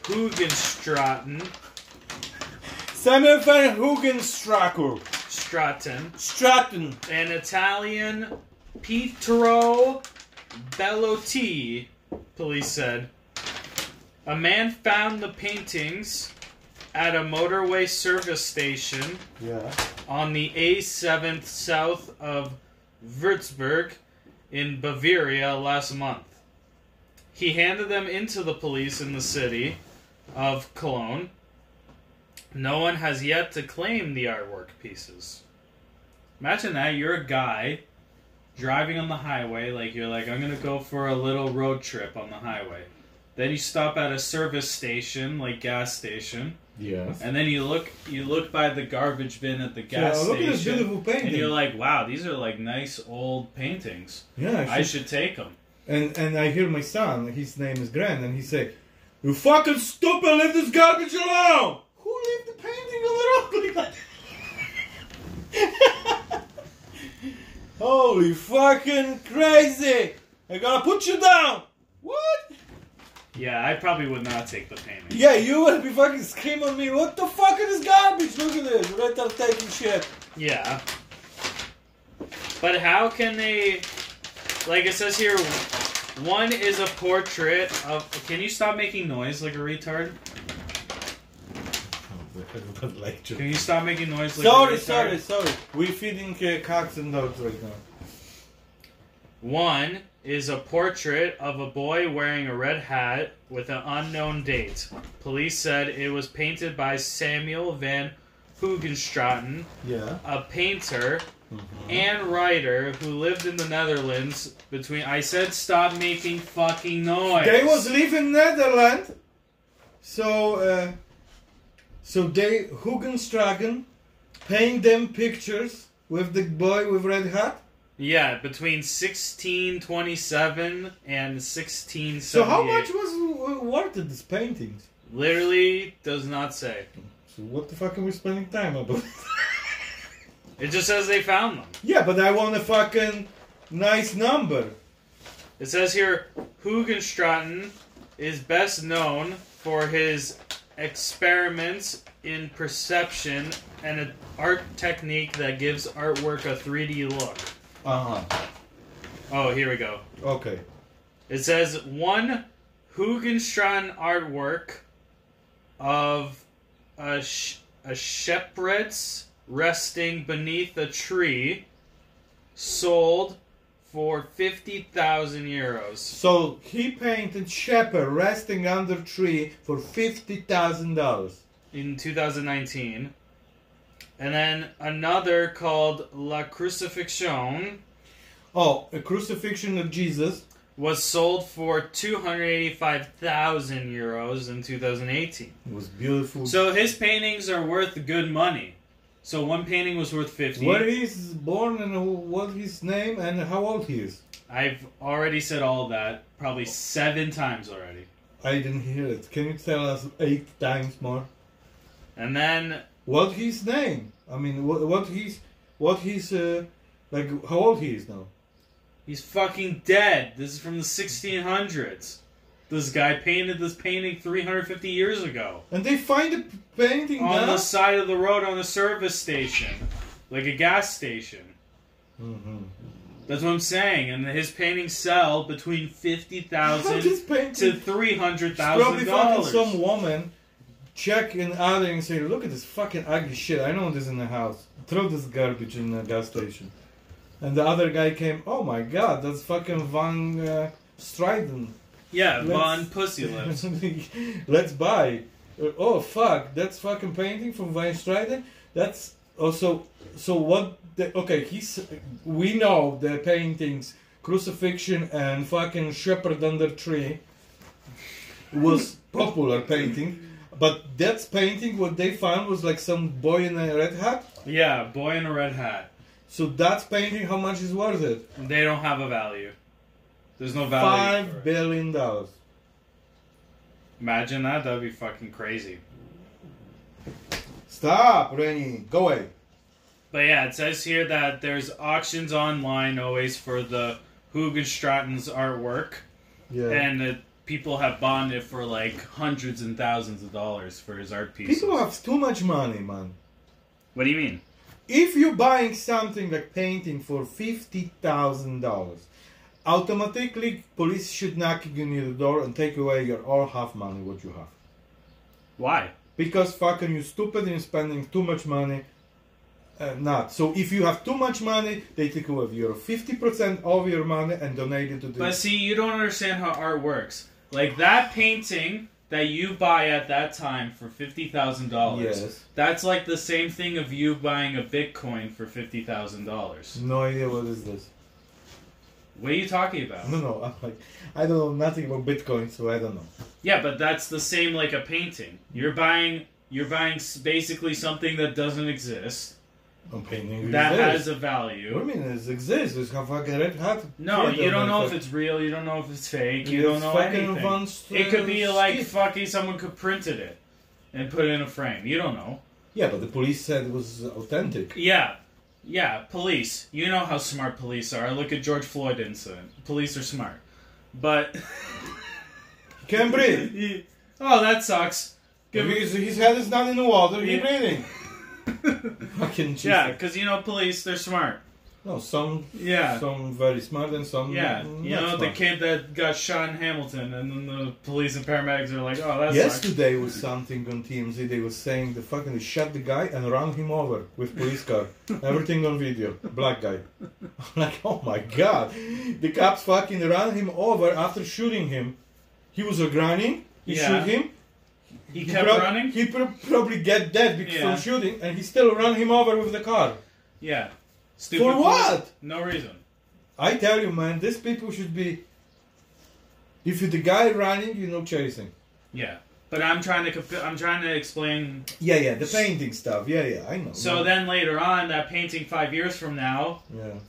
Hoogenstraten
Samuel van Hugenstracker.
Stratton,
Stratton.
an Italian Pietro Bellotti, police said. A man found the paintings at a motorway service station
Yeah.
on the A7 south of Würzburg in Bavaria last month. He handed them into the police in the city of Cologne. No one has yet to claim the artwork pieces. Imagine that you're a guy driving on the highway, like you're like, I'm gonna go for a little road trip on the highway. Then you stop at a service station, like gas station,
Yes.
and then you look you look by the garbage bin at the
Yeah,
gas
look
station.
at this beautiful painting.
And you're like, wow, these are like nice old paintings.
yeah, I
I
should-
should take them.
and and I hear my son. His name is Grant, and he say, "You fucking stupid! Leave this garbage alone." Who left the painting alone? Holy fucking crazy! I gotta put you down. What?
Yeah, I probably would not take the painting.
Yeah, you will be fucking screaming at me. What the fuck is this garbage? Look at this. Right there taking shit.
Yeah. But how can they? Like it says here, one is a portrait of. Can you stop making noise like a retard? Can you stop making noise like a
Sorry,
retard?
sorry, sorry. We're feeding uh, cocks and dogs right now.
One is a portrait of a boy wearing a red hat with an unknown date. Police said it was painted by Samuel van Hoogenstraten,
Yeah.
a painter
Mm-hmm.
and writer who lived in the Netherlands between. I said, stop making fucking noise.
They was leaving Netherlands, so uh, so they Hugenstragen paying them pictures with the boy with red hat.
yeah, between 1627 and 1678.
So how much was w- worth of these paintings?
Literally does not say.
So what the fuck are we spending time about?
It just says they found them.
yeah, but I want a fucking nice number.
It says here Hugenstraten is best known for his experiments in perception and an art technique that gives artwork a 3D look.
Uh huh.
Oh, here we go.
Okay.
It says one Hugenstraten artwork of a, sh- a shepherdess resting beneath a tree sold for 50,000 euros.
So he painted shepherd resting under tree for fifty thousand dollars.
in 2019. And then another called La Crucifixion
Oh, a crucifixion of Jesus.
was sold for 285,000 euros in 2018.
It was beautiful.
So his paintings are worth good money. So one painting was worth 50.
Where he's born and who- what his name and how old he is.
I've already said all that probably 7 times already.
I didn't hear it. Can you tell us eight times more?
And then
What his name? I mean, what what his what his uh, Like how old he is now?
He's fucking dead. This is from the 1600s. This guy painted this painting 350 years ago
And they find the p- painting
on
now?
the side of the road on a service station, like a gas station.
Mhm.
That's what I'm saying. And his paintings sell between fifty
How
thousand
this painting?
to three hundred
It's probably
thousand
fucking
dollars.
some woman check an alley and say, "Look at this fucking ugly shit. I know this in the house. Throw this garbage in the gas station." And the other guy came. Oh my god, that's fucking Van uh, Stryden.
Yeah,
Let's-
Von Pussy Lips.
Let's buy. Uh, Oh fuck, that's fucking painting from Van Stryden. That's also so what? The, okay, he's we know the paintings crucifixion and fucking shepherd under tree was popular painting, but that's painting what they found was like some boy in a red hat.
yeah, boy in a red hat.
So that's painting. How much is worth it?
They don't have a value. There's no value. for
Five
it.
billion dollars.
Imagine that. That'd be fucking crazy.
Stop, Rennie. Go away.
But yeah, it says here that there's auctions online always for the Hugenstratten's artwork,
Yeah.
and uh, people have bought it for like hundreds and thousands of dollars for his art pieces.
People have too much money, man.
what do you mean?
If you're buying something like painting for fifty thousand dollars, automatically police should knock you near the door and take away your all half money what you have.
Why?
Because fucking you stupid and spending too much money. Uh, not so. If you have too much money, they take away your fifty percent of your money and donate it to the.
But see, you don't understand how art works. Like that painting that you buy at that time for fifty thousand dollars.
Yes.
That's like the same thing of you buying a Bitcoin for fifty thousand dollars.
No idea what is this.
What are you talking about?
No, no. I'm like, I don't know nothing about Bitcoin, so I don't know.
Yeah, but that's the same like a painting. You're buying you're buying s- basically something that doesn't exist
I'm painting.
that has
exists.
a value.
Women is exist. It's a fucking red hat.
No,
Freedom
you don't
and
know if
fuck-
it's real. You don't know if it's fake. You
It's
don't know
fucking
anything.
advanced,
It could be
uh,
like
shit.
fucking someone could printed it and put it in a frame. You don't know.
Yeah, but the police said it was authentic.
Yeah. Yeah, police. You know how smart police are. Look at George Floyd incident. Police are smart. But
He can't breathe.
oh, that sucks. Give me
Because his head is not in the water. He's
Yeah.
breathing. Fucking Jesus.
Yeah, cuz you know police, they're smart.
No, some
Yeah.
some very smart and some
Yeah,
not
you know the
smart.
kid that got shot in Hamilton, and then the police and paramedics are like, "Oh, that's
Yesterday was something on TMZ. They were saying the fucking shot the guy and ran him over with police car. Everything on video. Black guy. I'm like, oh my god. The cops fucking ran him over after shooting him. He was a granny. He
Yeah.
shoot him.
he kept
prob-
running."
He pro- probably get dead because
Yeah.
from shooting, and he still ran him over with the car.
yeah, stupid.
For
police.
what?
No reason.
I tell you, man, these people should be. If you're the guy running, you know chasing.
Yeah, but I'm trying to comp- I'm trying to explain.
Yeah, yeah, the painting stuff. Yeah, yeah, I know.
So then later on, that painting five years from now,
Yeah.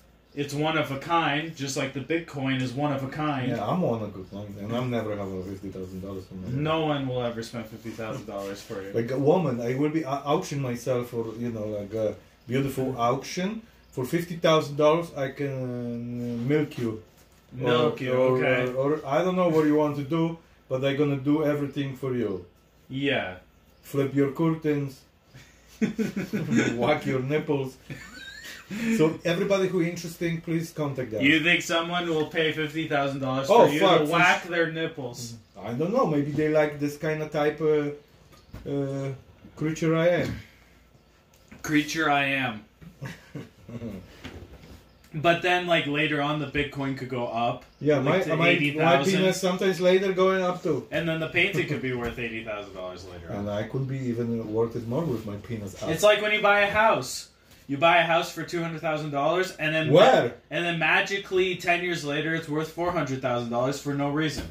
it's one of a kind, just like the Bitcoin is one of a kind.
Yeah, I'm on a good one, and I'm never having fifty thousand dollars for my
No one will ever spend fifty thousand dollars for you.
Like a woman, I will be au- auction myself for you know like a beautiful auction for fifty thousand dollars. I can uh, milk you, or-
Milk you,
or, uh,
okay?
Or, I don't know what you want to do, but I'm gonna do everything for you.
yeah.
Flip your curtains, whack your nipples. So everybody who interesting, please contact us.
You think someone will pay fifty thousand dollars for
Oh,
you
fuck, Mm-hmm.
to
for
whack their nipples?
I don't know. Maybe they like this kind of type uh, uh, creature I am.
creature I am.
Mm-hmm.
but then, like later on, the Bitcoin could go up,
Yeah,
Like
my
to
my,
80,000.
my penis sometimes later going up too.
and then the painting could be worth eighty thousand dollars later on.
And I could be even worth it more with my penis up.
It's like when you buy a house. You buy a house for two hundred thousand dollars, and then
Where?
and then magically ten years later, it's worth four hundred thousand dollars for no reason.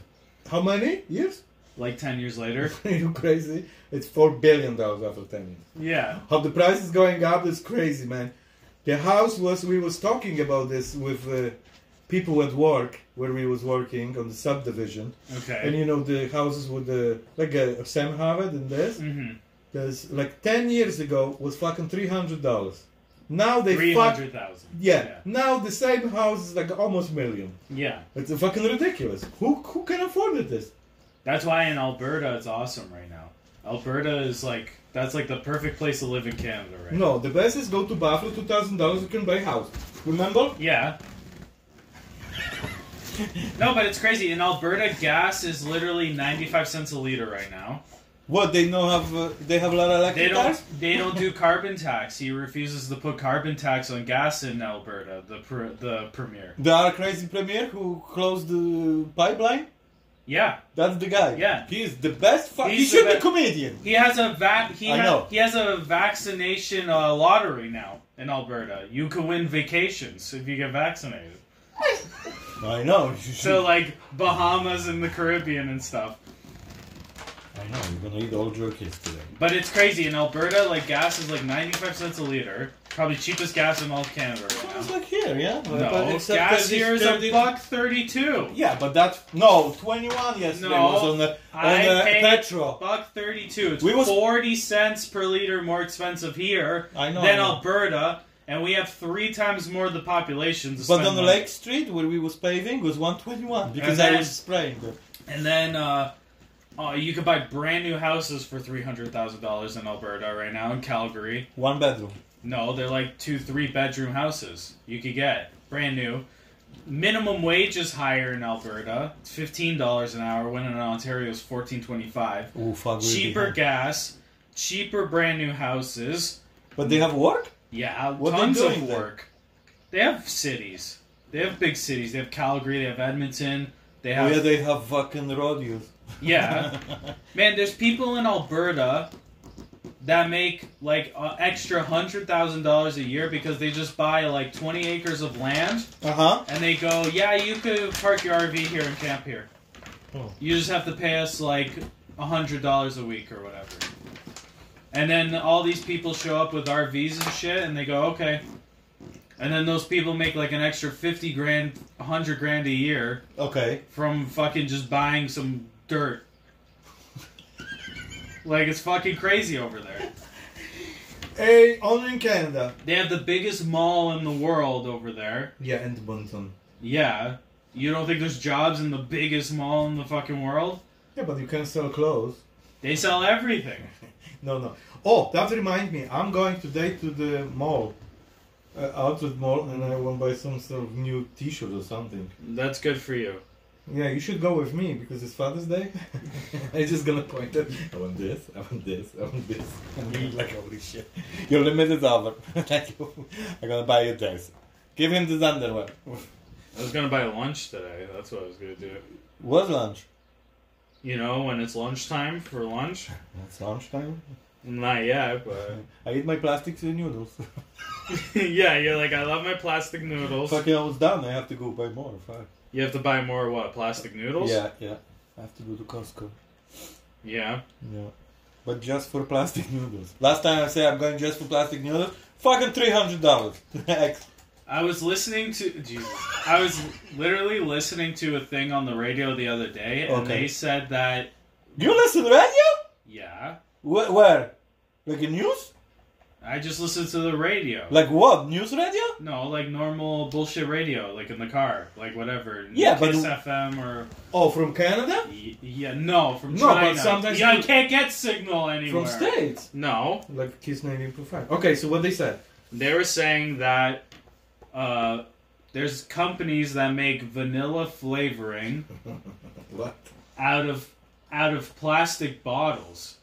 How many years?
Like ten years later,
Are you crazy? It's four billion dollars after ten years.
yeah,
How the price is going up is crazy, man. The house was we was talking about this with uh, people at work where we was working on the subdivision, and
okay,
you know the houses with the like uh, Sam Harvard and this.
mm-hmm.
There's like ten years ago was fucking three hundred dollars. Now they
Three
fuck.
hundred thousand.
Yeah. Now the same house is like almost million.
Yeah.
It's fucking ridiculous. Who who can afford it this?
That's why in Alberta it's awesome right now. Alberta is like that's like the perfect place to live in Canada right now.
No, the best is go to Buffalo, two thousand dollars you can buy house. Remember?
Yeah. no, but it's crazy. In Alberta, gas is literally ninety-five cents a liter right now.
What they know have uh, they have a lot of electric
They don't.
cars?
They don't do carbon tax. He refuses to put carbon tax on gas in Alberta. The pr- the premier.
The other crazy premier who closed the pipeline.
Yeah,
That's the guy.
Yeah.
he is the best. Fu- he
He's
should
the
be
best.
comedian.
he has a vac. He,
I
ha-
know.
he has a vaccination uh, lottery now in Alberta. You can win vacations if you get vaccinated.
I know. You should.
So like Bahamas and the Caribbean and stuff.
I know. You're gonna eat all jerkies today.
But it's crazy in Alberta. Like gas is like ninety-five cents a liter. Probably cheapest gas in all of Canada right
Sounds
now.
like here, yeah. But
No,
except
gas
that this
here is a
30
buck thirty-two.
Yeah, but that's no 21 yesterday
No,
was on the on
I
the
paid
petrol.
buck thirty-two. It's
We was-
forty cents per liter more expensive here
I know. I
than
know.
Alberta, and we have three times more of the population. To
But
spend
on the
money.
Lake Street where we was paving was 121 because
And
I
then-
was spraying them.
and then uh, uh, you could buy brand new houses for three hundred thousand dollars in Alberta right now in Calgary.
One bedroom.
No, they're like two, three bedroom houses you could get brand new. Minimum wage is higher in Alberta. It's fifteen dollars an hour. When in Ontario is fourteen twenty five.
Oh fuck. we're
Cheaper
behind.
gas, cheaper brand new houses.
But they have work.
Yeah,
What they
tons
doing
of
there?
work. They have cities. They have big cities. They have Calgary. They have Edmonton. They
Oh
have
yeah, they have fucking rodeos.
yeah. Man, there's people in Alberta that make like an extra hundred thousand dollars a year because they just buy like twenty acres of land
Uh huh.
and they go, yeah, you could park your RV here and camp here.
Oh.
You just have to pay us like hundred dollars a week or whatever. And then all these people show up with RVs and shit, and they go, okay. And then those people make like an extra fifty grand, hundred grand a year
Okay.
from fucking just buying some dirt. like it's fucking crazy over there.
Hey, only in Canada.
They have the biggest mall in the world over there.
Yeah, and Bunton.
Yeah. You don't think there's jobs in the biggest mall in the fucking world?
Yeah, but you can sell clothes.
They sell everything.
No, no. Oh, that reminds me. I'm going today to the mall, uh, outlet mall, and I want to buy some sort of new T-shirt or something.
That's good for you.
Yeah, you should go with me because it's Father's Day. I'm just gonna point at. I want this. I want this. I want this. like holy shit. Your limit is over. like, I'm gonna buy you this. Give him this underwear.
I was gonna buy lunch today. That's what I was gonna do.
What's lunch?
You know, when it's lunchtime for lunch?
It's lunchtime.
Not yet, but.
I eat my plastic noodles.
yeah, you're like, I love my plastic noodles.
Fucking, I was done. I have to go buy more. Fuck.
You have to buy more, what, plastic noodles?
Yeah, yeah. I have to go to Costco.
Yeah.
Yeah. But just for plastic noodles. Last time I said I'm going just for plastic noodles, fucking three hundred dollars.
I was listening to Jesus. I was literally listening to a thing on the radio the other day, and
Okay.
they said that
you listen to radio?
yeah,
Where? where? Like in news?
I just listened to the radio.
Like what? News radio?
no, like normal bullshit radio, like in the car, like whatever.
Yeah, but-
Kiss FM or
Oh, from Canada?
y- yeah, no, from
No, but
China.
sometimes
yeah, I
you-
can't get signal anywhere.
From states?
No,
Like Kiss 19.5. Okay, so what they said?
they were saying that uh, there's companies that make vanilla flavoring
What?
out of out of plastic bottles.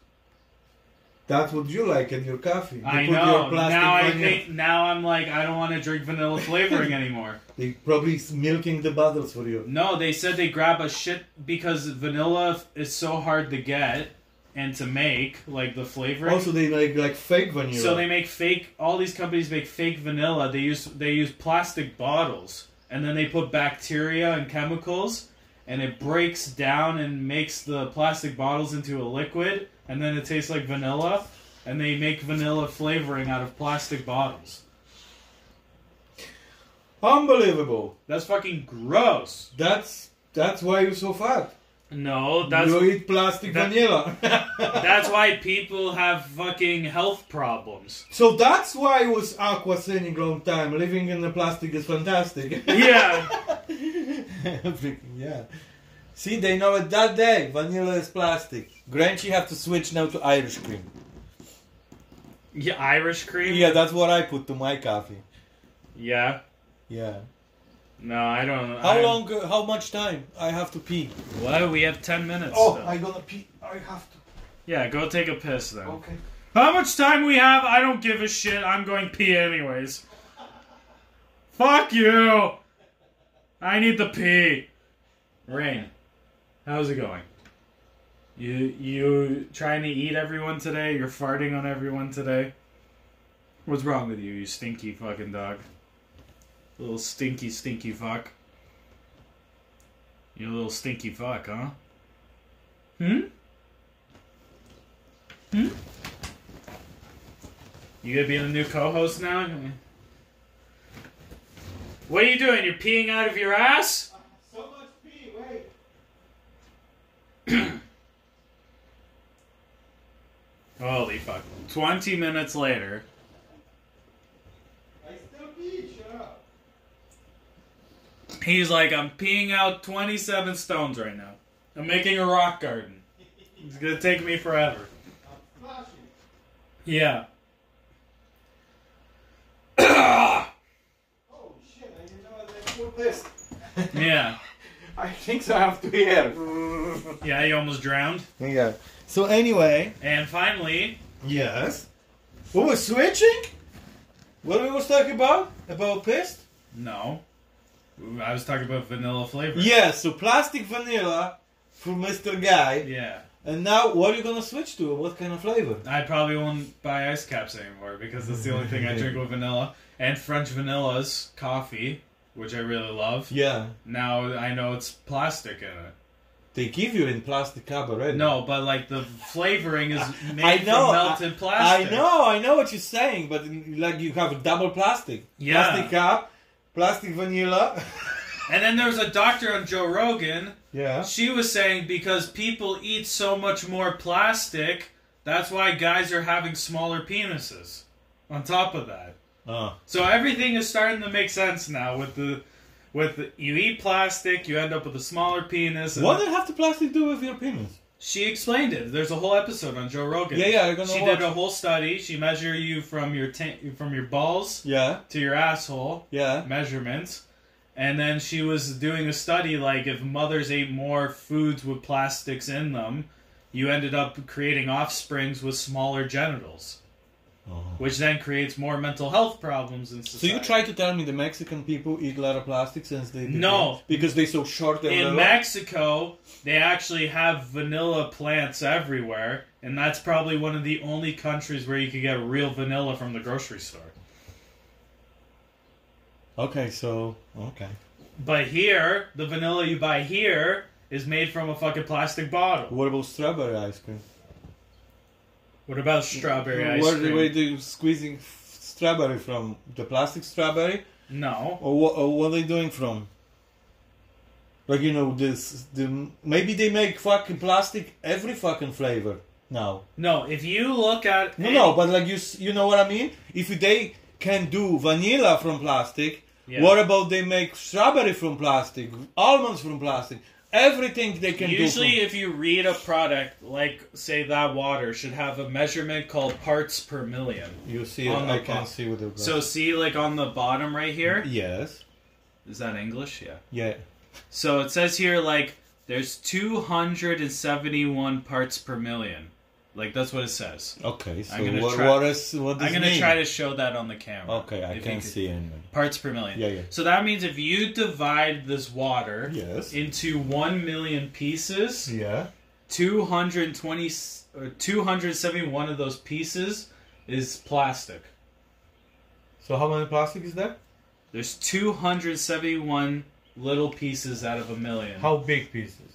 That's what you like in your coffee. They
I
put
know.
Your plastic
Now I
vanilla-
think now I'm like I don't want to drink vanilla flavoring anymore.
they probably is milking the bottles for you.
No, they said they grab a shit because vanilla f- is so hard to get and to make, like the flavoring.
Also, they make like fake vanilla.
so they make fake. All these companies make fake vanilla. They use they use plastic bottles and then they put bacteria and chemicals and it breaks down and makes the plastic bottles into a liquid and then it tastes like vanilla and they make vanilla flavoring out of plastic bottles.
Unbelievable.
That's fucking gross.
That's that's why you're so fat.
No, that's
you eat plastic
that-
vanilla.
that's why people have fucking health problems.
so that's why it was aqua sinning long time. Living in the plastic is fantastic.
Yeah,
Freaking, yeah. See, they know it that day. Vanilla is plastic. Granchi have to switch now to Irish cream.
yeah, Irish cream.
Yeah, that's what I put to my coffee.
yeah.
Yeah.
No, I don't.
How
I-
long? uh, How much time? I have to pee.
Well, we have ten minutes.
Oh,
still.
I gonna pee. I have to.
yeah, go take a piss then.
Okay.
How much time we have? I don't give a shit. I'm going pee anyways. Fuck you. I need the pee. Rain, how's it going? You you trying to eat everyone today? You're farting on everyone today. What's wrong with you, you stinky fucking dog? Little stinky stinky fuck. You little stinky fuck, huh? Hmm? You gonna be the new co-host now? What are you doing? You're peeing out of your ass?
So much pee. Wait.
Holy fuck. 20 minutes later.
I still pee. Shut up.
He's like, I'm peeing out 27 stones right now. I'm making a rock garden. It's gonna take me forever.
Flashing.
Yeah.
Oh shit! I didn't know I put this.
Yeah.
I think so. I have to hear.
Yeah, he almost drowned.
Yeah. So anyway.
And finally,
Yes. We were switching. What we was talking about? About piss?
no. I was talking about vanilla flavor.
Yeah. So plastic vanilla for Mr. Guy.
Yeah.
And now, what are you gonna switch to? What kind of flavor?
I probably won't buy ice caps anymore because that's the only thing I drink with vanilla. And French vanilla's coffee, which I really love.
Yeah.
Now I know it's plastic in it.
They give you in plastic cup already.
No, but like the flavoring is made
I know.
from melted
I,
plastic.
I know. I know what you're saying, but in- like you have a double plastic.
Yeah.
Plastic cup, plastic vanilla.
And then there was a doctor on Joe Rogan.
yeah.
She was saying because people eat so much more plastic, that's why guys are having smaller penises. On top of that.
Oh.
So everything is starting to make sense now with the with the, you eat plastic, you end up with a smaller penis. and-
What did have the plastic do with your penis?
She explained it. There's a whole episode on Joe Rogan.
Yeah, yeah, I'm gonna
She
watch.
did a whole study. She measured you from your ta- from your balls
Yeah.
to your asshole
Yeah.
measurements. And then she was doing a study like if mothers ate more foods with plastics in them, you ended up creating offsprings with smaller genitals,
Oh.
which then creates more mental health problems in
So
society.
you try to tell me the Mexican people eat a lot of plastic since they
No.
because they so short they're
in
little?
Mexico, they actually have vanilla plants everywhere, and that's probably one of the only countries where you could get real vanilla from the grocery store.
okay, so okay.
But here, the vanilla you buy here is made from a fucking plastic bottle.
What about strawberry ice cream?
What about strawberry ice
Where
cream?
where they squeezing f- strawberry from the plastic strawberry
No.
or what, or what are they doing from? Like you know this the maybe they make fucking plastic every fucking flavor now.
No, if you look at.
No, no, but like you, s- you know what I mean. If they can do vanilla from plastic,
Yeah.
what about they make strawberry from plastic, almonds from plastic, everything they can
Usually,
do.
if you read a product, like, say, that water should have a measurement called parts per million.
From, you see,
on
I
the
can
box.
see with the glass.
So, see, like, on the bottom right here?
yes,
Is that English? Yeah.
yeah,
So it says here like there's 271 parts per million. Like that's what it says.
okay. So
I'm gonna
what,
try-
what is what does
I'm gonna
mean?
try to show that on the camera.
Okay, I
If you
can
could-
see anyway.
Parts per million.
Yeah, yeah.
So that means if you divide this water
Yes.
into 1 million pieces,
Yeah.
220 s- or 271 of those pieces is plastic.
So how many plastic is there?
There's 271 little pieces out of a million.
How big pieces?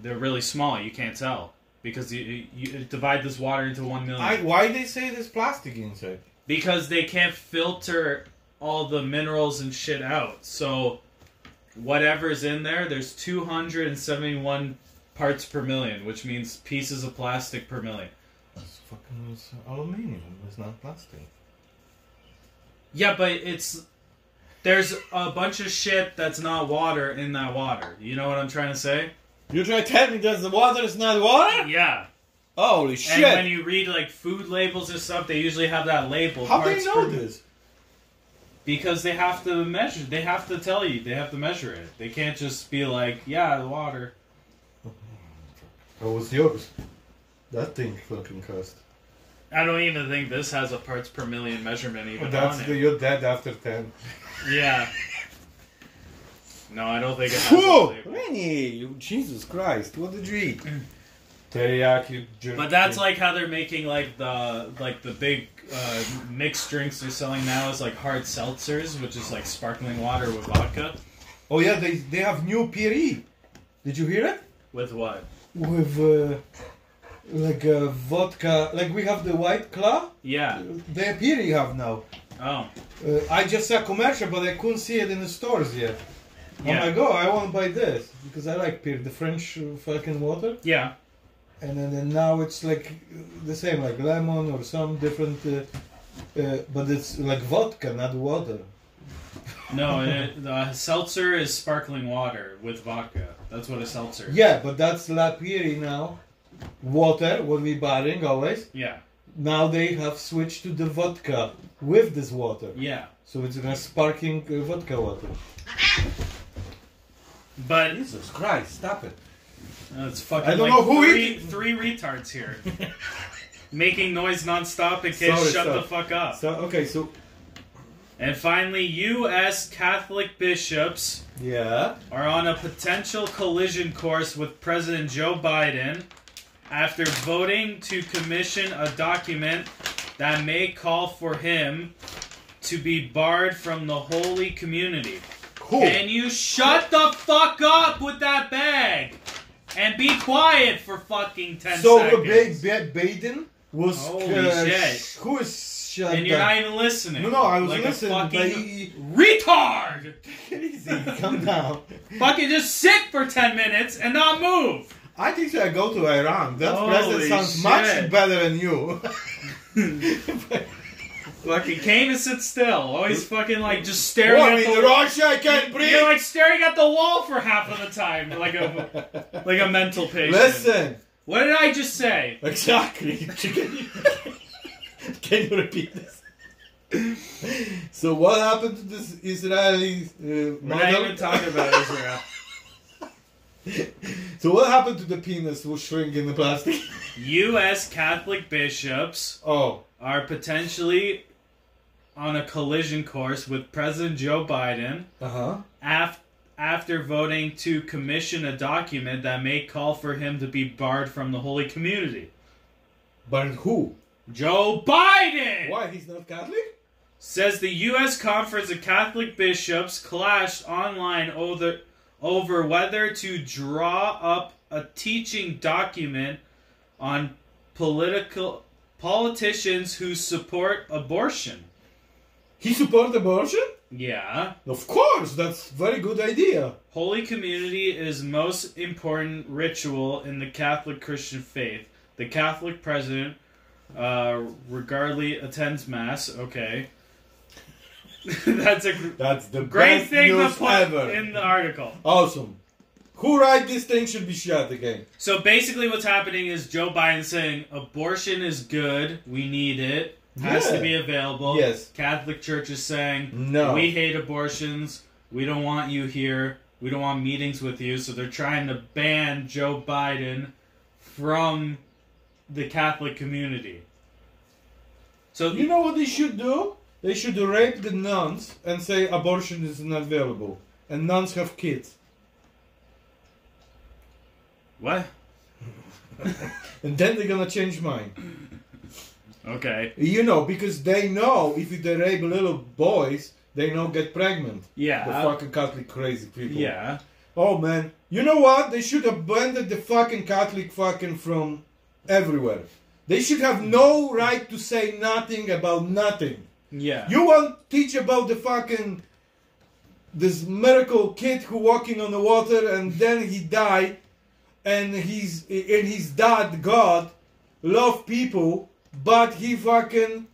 They're really small. You can't tell because you, you divide this water into one million.
I, why they say there's plastic inside?
because they can't filter all the minerals and shit out. So whatever's in there, there's 271 parts per million, which means pieces of plastic per million.
It's fucking it's aluminium. It's not plastic.
Yeah, but it's there's a bunch of shit that's not water in that water. You know what I'm trying to say?
You're trying to tell me that the water is not water?
Yeah.
Holy
And when
shit!
you read like food labels and stuff, they usually have that label.
How do you
parts
know
per-
this?
Because they have to measure. They have to tell you. They have to measure it. They can't just be like, yeah, the water.
How was Oh, yours? That thing fucking cost.
I don't even think this has a parts per million measurement even
That's
on it.
the, you're dead after ten.
Yeah. No, I don't think it has. a
Whoa!
label.
Rennie, you, Jesus Christ, what did you eat?
Teriyaki jerky.
But that's like how they're making like the like the big uh, mixed drinks they're selling now is like hard seltzers, which is like sparkling water with vodka.
Oh yeah, they they have new PRE. Did you hear it?
With what?
With uh, like uh, vodka, like we have the White Claw.
Yeah.
They PRE have now.
Oh.
Uh, I just saw commercial, but I couldn't see it in the stores yet.
Yeah.
Oh my god, I want to buy this because I like beer, the French uh, fucking water.
Yeah.
And then and now it's like uh, the same, like lemon or some different, uh, uh, but it's like vodka, not water.
No, it, the seltzer is sparkling water with vodka. That's what a seltzer. Is.
Yeah, but that's La Pierre now. Water, what we buying always.
Yeah.
Now they have switched to the vodka with this water.
Yeah.
So it's a sparkling uh, vodka water.
But
Jesus Christ, stop it.
uh, it's fucking.
I don't
like
know who
three,
it-
three retards here, making noise nonstop and kids
Sorry,
shut
sorry.
the fuck up.
so okay. So
And finally, U.S. Catholic bishops
Yeah.
are on a potential collision course with President Joe Biden after voting to commission a document that may call for him to be barred from the holy community.
Cool.
Can you shut the fuck up with that bag? And be quiet for fucking 10
So
seconds.
the big bad Baden was
Holy
uh,
shit.
sh- who is shut
and you're not
down?
even listening.
No, no, I was
like
listening,
A
but
fucking
he-
retard!
Easy, calm down.
Fucking just sit for 10 minutes and not move!
I think I go to Iran.
That
That
Holy
president sounds
shit.
much better than you.
Fucking came and sit still. Always fucking like just staring
What,
at
in
the
Russia I can't breathe.
You're like staring at the wall for half of the time, like a like a mental patient.
Listen,
What did I just say?
exactly. Can you, can you repeat this? So what happened to this Israeli uh,
We're not
model?
even talking about Israel.
So what happened to the penis who shrink in the plastic?
U.S. Catholic bishops
Oh,
are potentially on a collision course with President Joe Biden
uh huh.
af- after voting to commission a document that may call for him to be barred from the holy community.
But who?
Joe Biden.
Why he's not Catholic?
says the U.S. Conference of Catholic Bishops clashed online over, over whether to draw up a teaching document on political politicians who support abortion.
He supports abortion?
Yeah.
Of course, that's very good idea.
Holy Community is most important ritual in the Catholic Christian faith. The Catholic president uh, regardlessly attends mass. Okay. That's a gr-
That's the
Great
best
thing to
news
put
ever.
in the article.
Awesome. Who write this thing should be shot again.
So basically, what's happening is Joe Biden saying abortion is good, we need it, has
Yeah.
to be available.
Yes.
Catholic Church is saying
No.
we hate abortions, we don't want you here, we don't want meetings with you. So they're trying to ban Joe Biden from the Catholic community. So
You know what they should do? They should rape the nuns and say abortion is not available. And nuns have kids.
what?
And then they're gonna change mind.
Okay.
You know, because they know if you rape little boys, they don't get pregnant. The
Yeah. uh,
fucking Catholic crazy people.
Yeah.
Oh man, you know what? They should abandon the fucking Catholic fucking from everywhere. They should have no right to say nothing about nothing.
Yeah.
You want teach about the fucking this miracle kid who walking on the water and then he died, and his and his dad God love people, but he fucking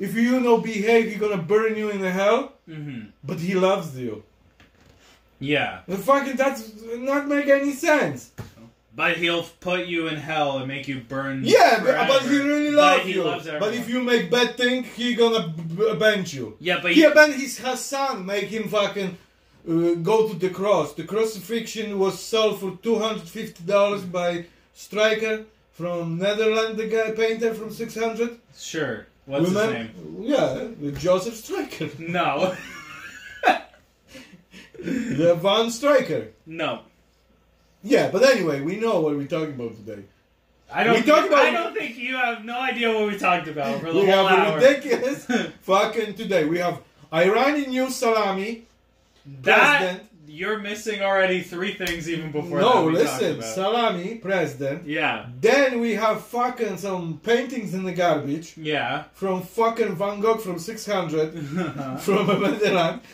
if you don't behave, he's gonna burn you in hell.
Mm-hmm.
But he loves you.
Yeah,
The fucking that's not make any sense.
but he'll put you in hell and make you burn.
Yeah, but,
forever.
but he really
But
loves
he
you.
loves
but
everyone.
if you make bad thing, he gonna b- b- bench you.
yeah, but
He
you-
abandoned his her son, make him fucking uh, go to the cross. The crucifixion was sold for two hundred fifty dollars by Stryker from Netherlands, the guy painter from six hundred.
sure. What's his name?
Yeah, Joseph Stryker.
No,
the Van Stryker.
no.
Yeah, but anyway, we know what we're talking about today.
I don't.
We talked about-
I don't think you have no idea what we talked about for the
we
whole
have a
hour.
ridiculous fucking today. We have Iranian news salami.
That
president.
you're missing already three things even before. that
no,
we talked
listen,
about.
salami president.
yeah,
Then we have fucking some paintings in the garbage.
yeah.
from fucking Van Gogh from 600 from a Netherlands.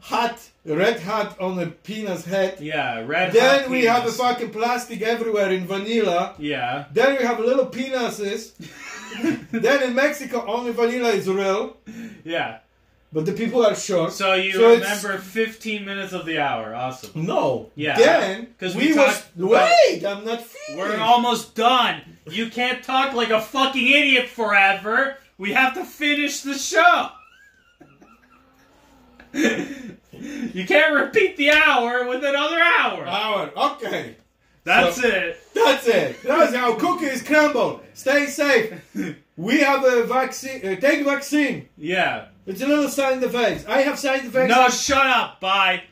Hat, red hat on a penis head.
Yeah, red.
Then
hot
we
penis.
have a fucking plastic everywhere in vanilla.
Yeah,
Then we have little penises. then in Mexico, only vanilla is real,
yeah.
but the people are short.
So you
it's-
remember 15 minutes of the hour. Awesome.
No.
Yeah.
Then
'Cause we
we, was
talked about-
wait. I'm not finished.
We're almost done. You can't talk like a fucking idiot forever. We have to finish the show. you can't repeat the hour with another hour.
Hour. Okay.
That's it.
That's it. That's how cookies crumble. Stay safe. We have a vaccine. Uh, take vaccine.
Yeah.
It's a little side effects. I have side effects.
No, shut up. Bye.